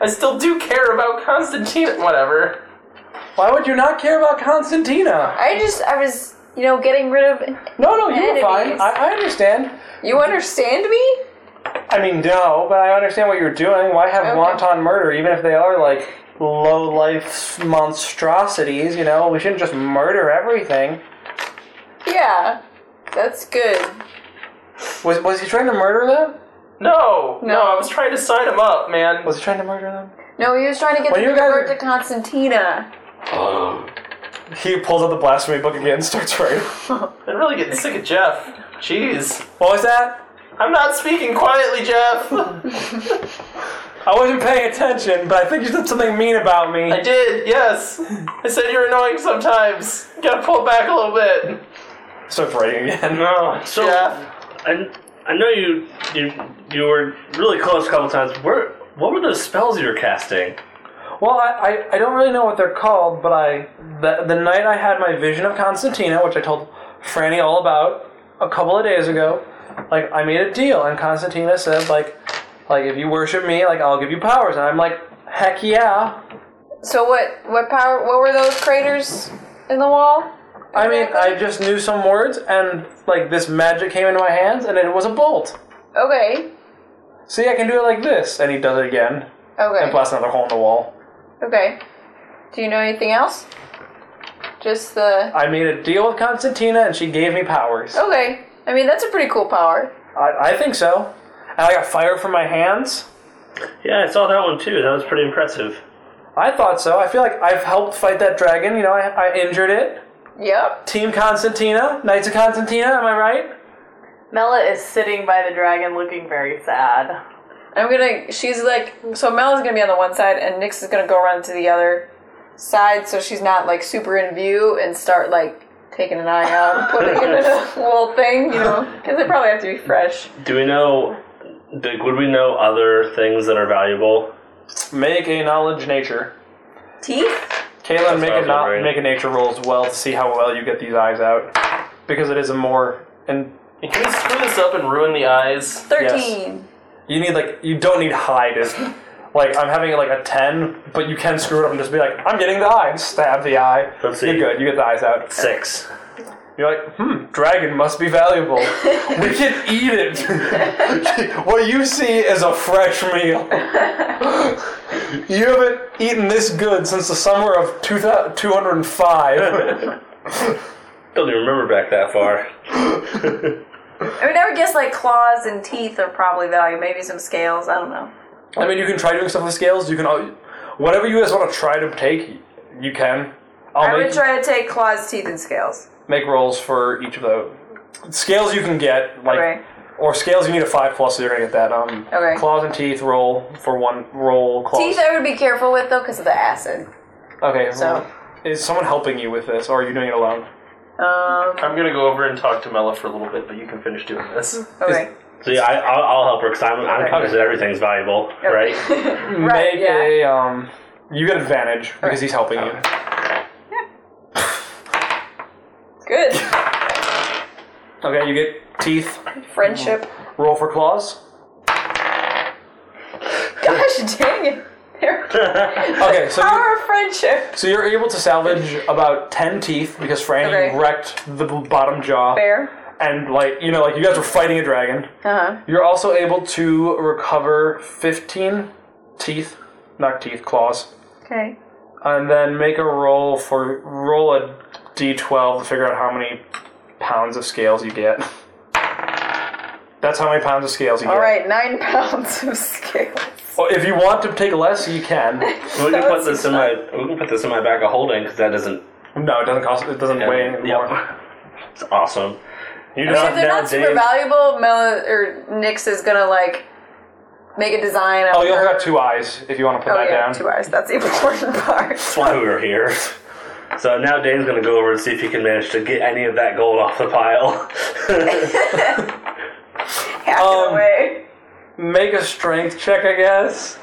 S4: I still do care about Constantine. Whatever.
S2: Why would you not care about Constantina?
S5: I just, I was, you know, getting rid of.
S2: No, no, you were fine.
S5: Enemies.
S2: I, I understand.
S5: You understand me?
S2: I mean, no, but I understand what you're doing. Why have
S5: Okay.
S2: wanton murder, even if they are like low life monstrosities? You know, we shouldn't just murder everything.
S5: Yeah. That's good.
S2: Was was he trying to murder them?
S4: No, no,
S5: No.
S4: I was trying to sign him up, man.
S2: Was he trying to murder them?
S5: No, he was trying to get
S2: When
S5: the
S2: you guys-
S5: convert to Constantina.
S2: Um, He pulls out the blasphemy book again, and starts writing.
S4: I'm really getting sick of Jeff. Jeez,
S2: What was that?
S4: I'm not speaking quietly, Jeff.
S2: I wasn't paying attention, but I think you said something mean about me.
S4: I did, yes. I said you're annoying sometimes. Gotta pull back a little bit.
S2: Starts writing again.
S3: So
S4: Yeah.
S3: I, I know you you you were really close a couple times. Where what were those spells you were casting?
S2: Well, I, I, I don't really know what they're called, but I the, the night I had my vision of Constantina, which I told Franny all about a couple of days ago, like I made a deal, and Constantina said like like if you worship me, like I'll give you powers, and I'm like heck yeah.
S5: So what? What power? What were those craters in the wall?
S2: I mean, I just knew some words, and like this magic came into my hands, and it was a bolt.
S5: Okay.
S2: See, I can do it like this, and he does it again, and
S5: Okay.
S2: blasts another hole in the wall.
S5: Okay. Do you know anything else? Just the.
S2: I made a deal with Constantina, and she gave me powers.
S5: Okay. I mean, that's a pretty cool power.
S2: I, I think so. And I got fire from my hands.
S3: Yeah, I saw that one too. That was pretty impressive.
S2: I thought so. I feel like I've helped fight that dragon. You know, I, I injured it.
S5: Yep.
S2: Team Constantina, Knights of Constantina. Am I right?
S6: Mela is sitting by the dragon looking very sad.
S5: I'm gonna. She's like. So Mel is gonna be on the one side, and Nyx is gonna go around to the other side, so she's not like super in view, and start like taking an eye out, and putting it in a little thing, you know, because they probably have to be fresh.
S3: Do we know? do- Would we know other things that are valuable?
S2: Make a knowledge nature.
S5: Teeth.
S2: Kaylin, make
S3: what I
S2: a
S3: was
S2: no-
S3: wondering.
S2: make a nature roll as well to see how well you get these eyes out, because it is a more and
S4: Can we screw this up and ruin the eyes?
S5: Thirteen.
S2: you need like you don't need hide as like I'm having like a ten, but you can screw it up and just be like I'm getting the eye and stab the eye.
S3: Let's see.
S2: You're good. You get the eyes out.
S3: Six.
S2: You're like, hmm, dragon must be valuable. we can eat it. what you see is a fresh meal. you haven't eaten this good since the summer of 2000 205.
S3: Don't even remember back that far.
S5: I mean, I would guess like claws and teeth are probably valuable. Maybe some scales. I don't know.
S2: I mean, you can try doing stuff with scales. You can, al- whatever you guys want to try to take, you can. I'll
S5: I
S2: make,
S5: would try to take claws, teeth, and scales.
S2: make rolls for each of those. Scales you can get, like,
S5: Okay.
S2: or scales you need a five plus, so you're gonna get that. Um,
S5: Okay.
S2: claws and teeth roll for one roll. Claws.
S5: Teeth, I would be careful with though, because of the acid.
S2: Okay.
S5: So-
S2: Is someone helping you with this, or are you doing it alone?
S5: Um.
S4: I'm gonna go over and talk to Mela for a little bit, but you can finish doing this.
S5: Okay.
S3: So yeah, I, I'll, I'll help her because I'm, I'm
S5: Okay.
S3: convinced that everything's valuable, right?
S5: Right,
S2: Make
S5: yeah.
S2: a um. You get advantage because he's helping you.
S5: Good.
S2: Okay, you get teeth.
S5: Friendship.
S2: Roll for claws.
S5: Gosh dang it. They're
S2: Okay, so you,
S5: Power of friendship.
S2: so you're able to salvage about ten teeth because Franny
S5: Okay.
S2: wrecked the b- bottom jaw,
S5: Fair.
S2: and like you know, like you guys were fighting a dragon.
S5: Uh huh.
S2: You're also able to recover fifteen teeth, not teeth, claws,
S5: Okay.
S2: and then make a roll for roll a d12 to figure out how many pounds of scales you get. That's how many pounds of scales you
S5: All
S2: get.
S5: right. Nine pounds of scales.
S2: Well, if you want to take less, you can.
S3: we can
S5: That
S3: put
S5: was
S3: this in my we can put this in my bag of holding because that doesn't
S2: No, it doesn't cost. It doesn't weigh anymore.
S3: Yep. It's awesome.
S2: You
S5: So if
S2: just
S5: they're not super
S3: Dave.
S5: valuable, Mel or Nyx is gonna like make a design. Of
S2: oh, you only
S5: her-
S2: got two eyes if you want to put
S5: Oh
S2: that
S5: yeah,
S2: down.
S5: two eyes. That's the important part.
S3: That's why we were here. So now Dane's gonna go over and see if he can manage to get any of that gold off the pile.
S5: Hacking away.
S2: Um, Make a strength check, I guess.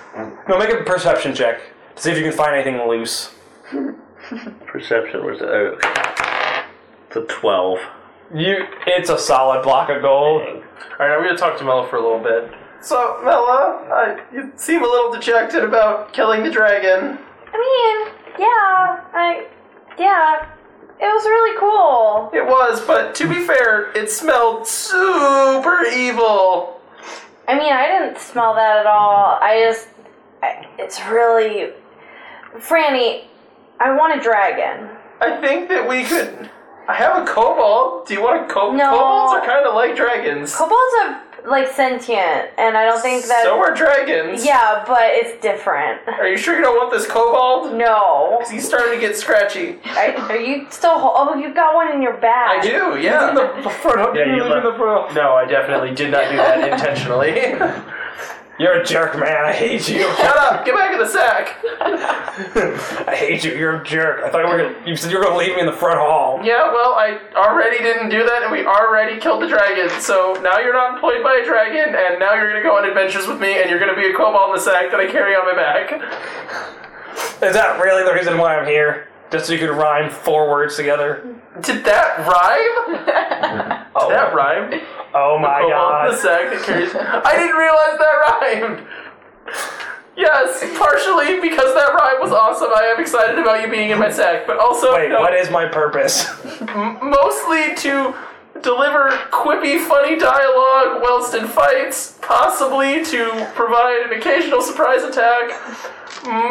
S2: No, make a perception check to see if you can find anything loose.
S3: Perception was oh, the twelve.
S2: You, it's a solid block of gold.
S7: All right, I'm gonna talk to Mello for a little bit.
S4: So, Mella, I, you seem a little dejected about killing the dragon.
S6: I mean, yeah, I, yeah, it was really cool.
S4: It was, but to be fair, it smelled super evil.
S6: I mean, I didn't smell that at all. I just, I, it's really, Franny, I want a dragon.
S4: I think that we could. I have a kobold. Do you want a kobold?
S6: No.
S4: Kobolds are kind of like dragons.
S6: Kobolds are like sentient, and I don't think that.
S4: so are dragons.
S6: yeah, but it's different.
S4: Are you sure you don't want this kobold?
S6: No,
S4: He's starting to get scratchy.
S6: I, are you still? Ho- oh, you've got one in your bag.
S4: I do, yeah.
S2: The front-
S7: Yeah, you
S2: leave
S7: left-
S2: the front.
S7: No, I definitely did not do that intentionally.
S2: You're a jerk, man. I hate you.
S4: Shut up! Get back in the sack!
S2: I hate you. You're a jerk. I thought you were. Gonna, you said you were gonna leave me in the front hall.
S4: Yeah, well, I already didn't do that, and we already killed the dragon, so now you're not employed by a dragon, and now you're gonna go on adventures with me, and you're gonna be a kobold in the sack that I carry on my back.
S2: Is that really the reason why I'm here? Just so you could rhyme four words together?
S4: Did that rhyme? Did that rhyme?
S2: Oh my
S4: Kobold in
S2: god.
S4: the sack that carries. I didn't realize that rhymed! Yes, partially because that rhyme was awesome. I am excited about you being in my sack, but also
S2: Wait,
S4: no,
S2: what is my purpose?
S4: mostly to deliver quippy, funny dialogue whilst in fights, possibly to provide an occasional surprise attack,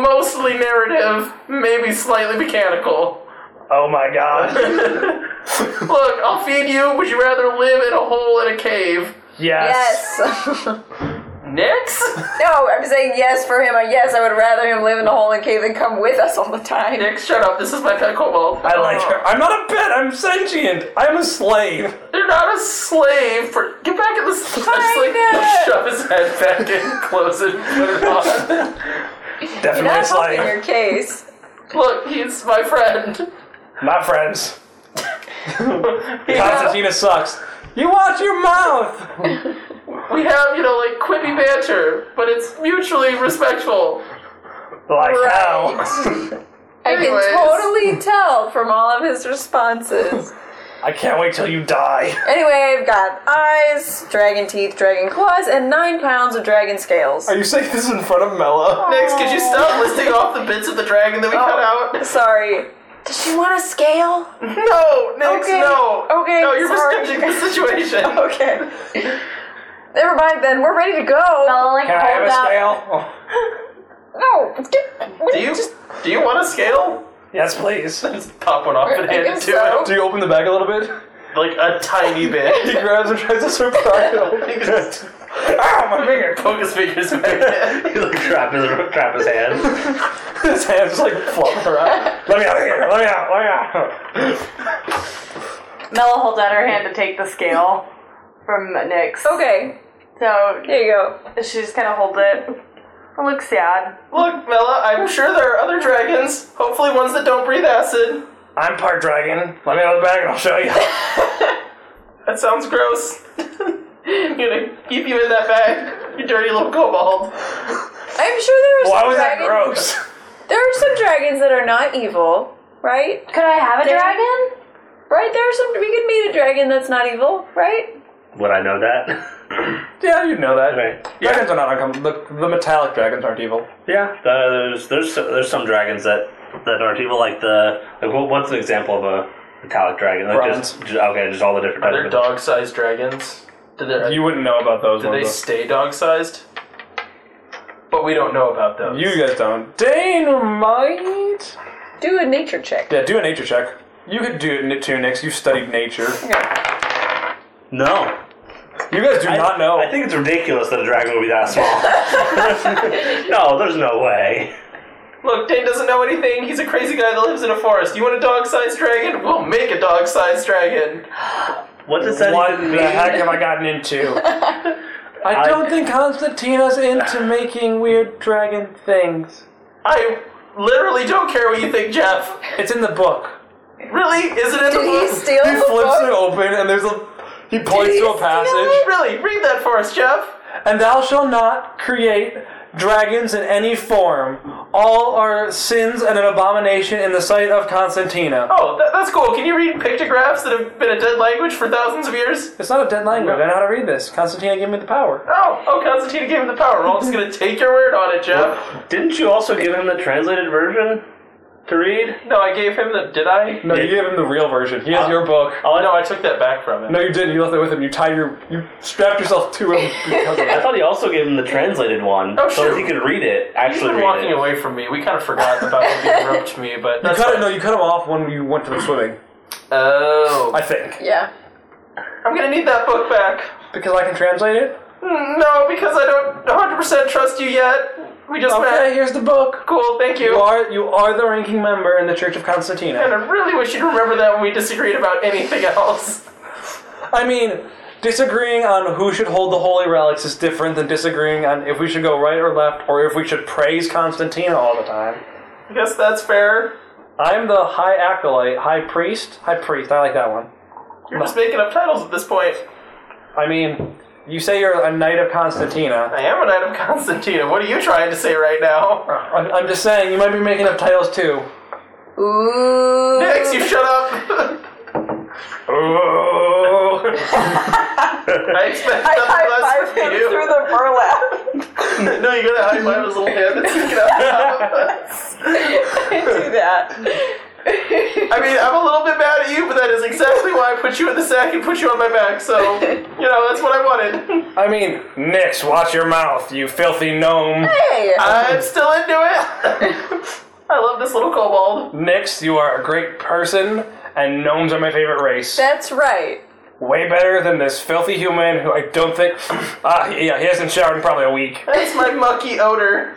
S4: mostly narrative, maybe slightly mechanical.
S2: Oh my god.
S4: Look, I'll feed you. Would you rather live in a hole in a cave?
S2: Yes.
S5: Yes.
S4: Next?
S5: no, I'm saying yes for him. I- Yes, I would rather him live in a hole and cave than come with us all the time.
S4: Nick, shut up. This is my pet kobold.
S5: Oh.
S2: I like her. I'm not a pet. I'm sentient. I'm a slave.
S4: They're not a slave for. Get back in the. Just like shove his head back in, close it, put it on.
S5: You're
S2: Definitely a
S5: not helping
S2: slave.
S5: your case.
S4: Look, he's my friend.
S2: Not friends.
S4: He has-
S2: Constantina sucks. You watch your mouth.
S4: we have, you know, like quippy banter, but it's mutually respectful.
S2: Like
S5: Right.
S2: hell.
S5: I
S4: Anyways.
S5: can totally tell from all of his responses.
S2: I can't wait till you die.
S5: anyway, I've got eyes, dragon teeth, dragon claws, and nine pounds of dragon scales.
S2: Are you saying this in front of Mella?
S4: Next, could you stop listing off the bits of the dragon that we cut out?
S5: Sorry. Does she want a scale?
S4: No, Nix,
S5: Okay,
S4: no.
S5: okay,
S4: No, you're
S5: sorry.
S4: misjudging the situation.
S5: Okay. Never mind then. We're ready to go.
S6: I'll, like,
S2: Can I have
S6: hold
S2: a
S6: out-
S2: scale? Oh,
S5: No. get- what
S4: Do you do you want a scale?
S2: yes, please. Do
S4: Pop one off and
S5: I
S4: hand it
S5: guess
S4: to
S5: so.
S2: you open the bag a little bit?
S4: him, like a tiny
S2: He
S4: bit.
S2: grabs and tries to surprise him. Ow, Ah, my finger!
S4: Focus fingers back in.
S3: He'll trap his trap his hand.
S2: His hands just like flopping around. Let me out of here! Let me out! Let me out!
S6: Mella holds out her hand to take the scale from Nick's.
S5: Okay.
S6: So
S5: Here you go.
S6: she just kind of holds it. It looks sad.
S4: Look, Mella, I'm sure there are other dragons. Hopefully, ones that don't breathe acid.
S2: I'm part dragon. Let me out of the bag and I'll show you.
S4: That sounds gross. I'm gonna keep you in that bag, you dirty little kobold.
S5: I'm sure there are
S2: Why
S5: some
S2: was that
S5: dragons.
S2: gross?
S5: There are some dragons that are not evil, right?
S6: Could I have a
S5: There-
S6: dragon?
S5: Right? There are some. We could meet a dragon that's not evil, right?
S3: Would I know that?
S2: Yeah, you know that.
S3: Okay.
S2: Dragons are not uncomfortable. The, the metallic dragons aren't evil.
S3: Yeah, there's there's there's some dragons that that aren't evil. Like the like what, what's an example of a metallic dragon? Like
S2: Bronze.
S3: Just, ju- okay, just all the different
S7: They're
S3: types. Of,
S7: dog-sized dragons. Do they,
S2: You wouldn't know about those
S7: do they
S2: ones.
S7: stay dog-sized? But we don't know about
S2: though.
S7: those.
S2: You guys don't. Dane might.
S5: Do a nature check.
S2: Yeah, do a nature check. You could do it ni- too, Nix. You studied nature.
S3: no,
S2: You guys do not know.
S3: I think it's ridiculous that a dragon would be that small. no, there's no way.
S4: Look, Dane doesn't know anything. He's a crazy guy that lives in a forest. You want a dog-sized dragon? We'll make a dog-sized dragon.
S3: What does that
S2: what
S3: even
S2: the
S3: mean?
S2: heck have I gotten into? I don't think Constantina's into making weird dragon things.
S4: I literally don't care what you think, Jeff.
S2: It's in the book.
S4: Really? Is it in the
S5: Did he
S4: book?
S5: steal
S2: He
S5: the
S2: flips it
S5: book?
S2: open and there's a. He points
S5: he
S2: to a
S5: steal
S2: passage.
S5: it?
S4: Really? Read that for us, Jeff.
S2: And thou shalt not create dragons in any form. All are sins and an abomination in the sight of Constantina.
S4: Oh, that, that's cool. Can you read pictographs that have been a dead language for thousands of years?
S2: It's not a dead language. I know how to read this. Constantina gave me the power.
S4: Oh, oh, Constantine gave him the power. We're all just gonna take your word on it, Jeff.
S3: Didn't you also give him the translated version to read?
S4: No, I gave him the. Did I?
S2: No, you gave him the real version. He has your book.
S4: Oh no, I took that back from him.
S2: No, you didn't. You left it with him. You tied your. You strapped yourself to him because of
S3: I
S2: it.
S3: thought he also gave him the translated one,
S4: Oh,
S3: so
S4: sure.
S3: that he could read it.
S4: He's
S3: Actually,
S4: been
S3: read
S4: walking
S3: it.
S4: away from me. We kind of forgot about him being rubbed to me, but
S2: You
S4: that's
S2: cut it.
S4: fine.
S2: No, you cut him off when you went to the swimming.
S4: Oh,
S2: I think
S5: Yeah.
S4: I'm gonna need that book back.
S2: because I can translate it.
S4: Mm, No, because I don't 100% trust you yet. We just
S2: Okay,
S4: met.
S2: here's the book.
S4: Cool, thank you.
S2: You are you are the ranking member in the Church of Constantina.
S4: And I really wish you'd remember that when we disagreed about anything else.
S2: I mean, disagreeing on who should hold the holy relics is different than disagreeing on if we should go right or left or if we should praise Constantina all the time.
S4: I guess that's fair.
S2: I'm the high acolyte, high priest, high priest. I like that one.
S4: You're just making up titles at this point.
S2: I mean, you say you're a knight of Constantina.
S4: I am an item Constantina. What are you trying to say right now?
S2: I'm, I'm just saying you might be making up titles too.
S5: Ooh.
S4: Nix, you shut up! I expect
S5: I
S4: nothing
S5: high
S4: less
S5: five
S4: from
S5: him
S4: you.
S5: through the burlap.
S4: no, you gotta high five his little hand and stick it out.
S5: do that.
S4: I mean, I'm a little bit mad at you, but that is exactly why I put you in the sack and put you on my back, so, you know, that's what I wanted.
S8: I mean, Nix, watch your mouth, you filthy gnome.
S5: Hey.
S4: I'm still into it! I love this little kobold.
S8: Nix, you are a great person, and gnomes are my favorite race.
S5: That's right.
S8: Way better than this filthy human who I don't think. Ah, yeah, he hasn't showered in probably a week.
S4: That's my mucky odor.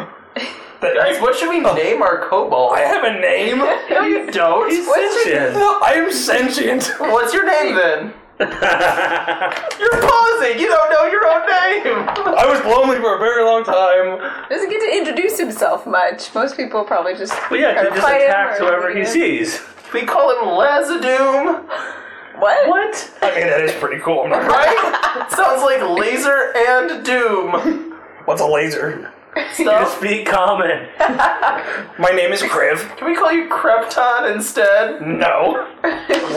S4: Guys, what should we name our kobold?
S8: I have a name.
S4: No, you don't.
S5: What's your
S3: Shit.
S8: I am sentient.
S4: What's your name then? You're pausing. You don't know your own name.
S8: I was lonely for a very long time.
S5: Doesn't get to introduce himself much. Most people probably just.
S3: Well, yeah,
S5: try
S3: he
S5: to
S3: just
S5: fight him
S3: attacks
S5: or
S3: whoever he
S5: leave.
S3: sees.
S4: We call him Lazadoom,
S5: What?
S3: What?
S8: I mean, that is pretty cool. I'm not-
S4: right? Sounds like laser and doom.
S8: What's a laser?
S4: Stuff.
S3: Speak common.
S8: My name is Kriv.
S4: Can we call you Krepton instead?
S8: No.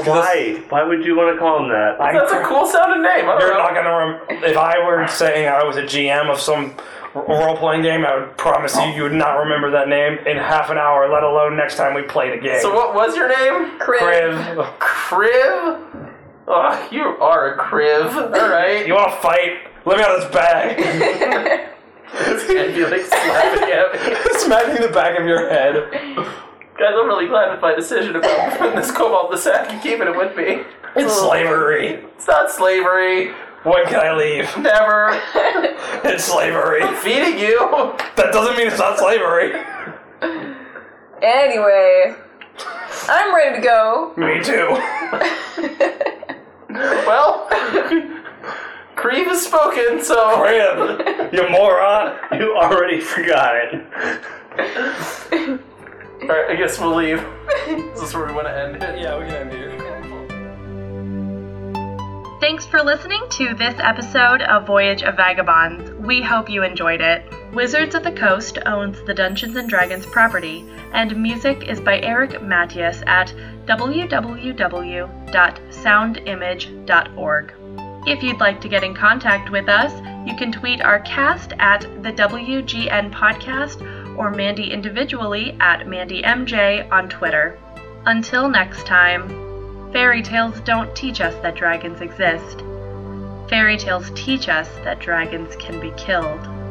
S3: Why? Why would you want to call him that?
S8: I'm
S4: That's a
S8: Kriv.
S4: cool sounding name. I don't
S8: You're
S4: know.
S8: not gonna. Rem- if I were saying I was a GM of some role playing game, I would promise you you would not remember that name in half an hour, let alone next time we played a game.
S4: So what was your name?
S8: Kriv,
S4: Criv. Ugh, you are a Criv. All right.
S8: you want to fight? Let me out of this bag.
S4: and you like slapping at me.
S2: Smacking the back of your head.
S4: Guys, I'm really glad with my decision about putting this kobold in the sack and keeping it with me.
S8: It's slavery.
S4: It's not slavery.
S8: When can I leave?
S4: Never.
S8: It's slavery.
S4: Feeding you.
S8: That doesn't mean it's not slavery.
S5: Anyway, I'm ready to go.
S8: Me too.
S4: Well, Creve has spoken, so
S8: Kriv, you moron.
S3: You already forgot it.
S4: Alright, I guess we'll leave. Is this where we want to end it?
S2: Yeah, we can end here.
S1: Thanks for listening to this episode of Voyage of Vagabonds. We hope you enjoyed it. Wizards of the Coast owns the Dungeons and Dragons property, and music is by Eric Matthias at www.soundimage.org. If you'd like to get in contact with us, you can tweet our cast at the WGN Podcast or Mandy individually at MandyMJ on Twitter. Until next time. Fairy tales don't teach us that dragons exist. Fairy tales teach us that dragons can be killed.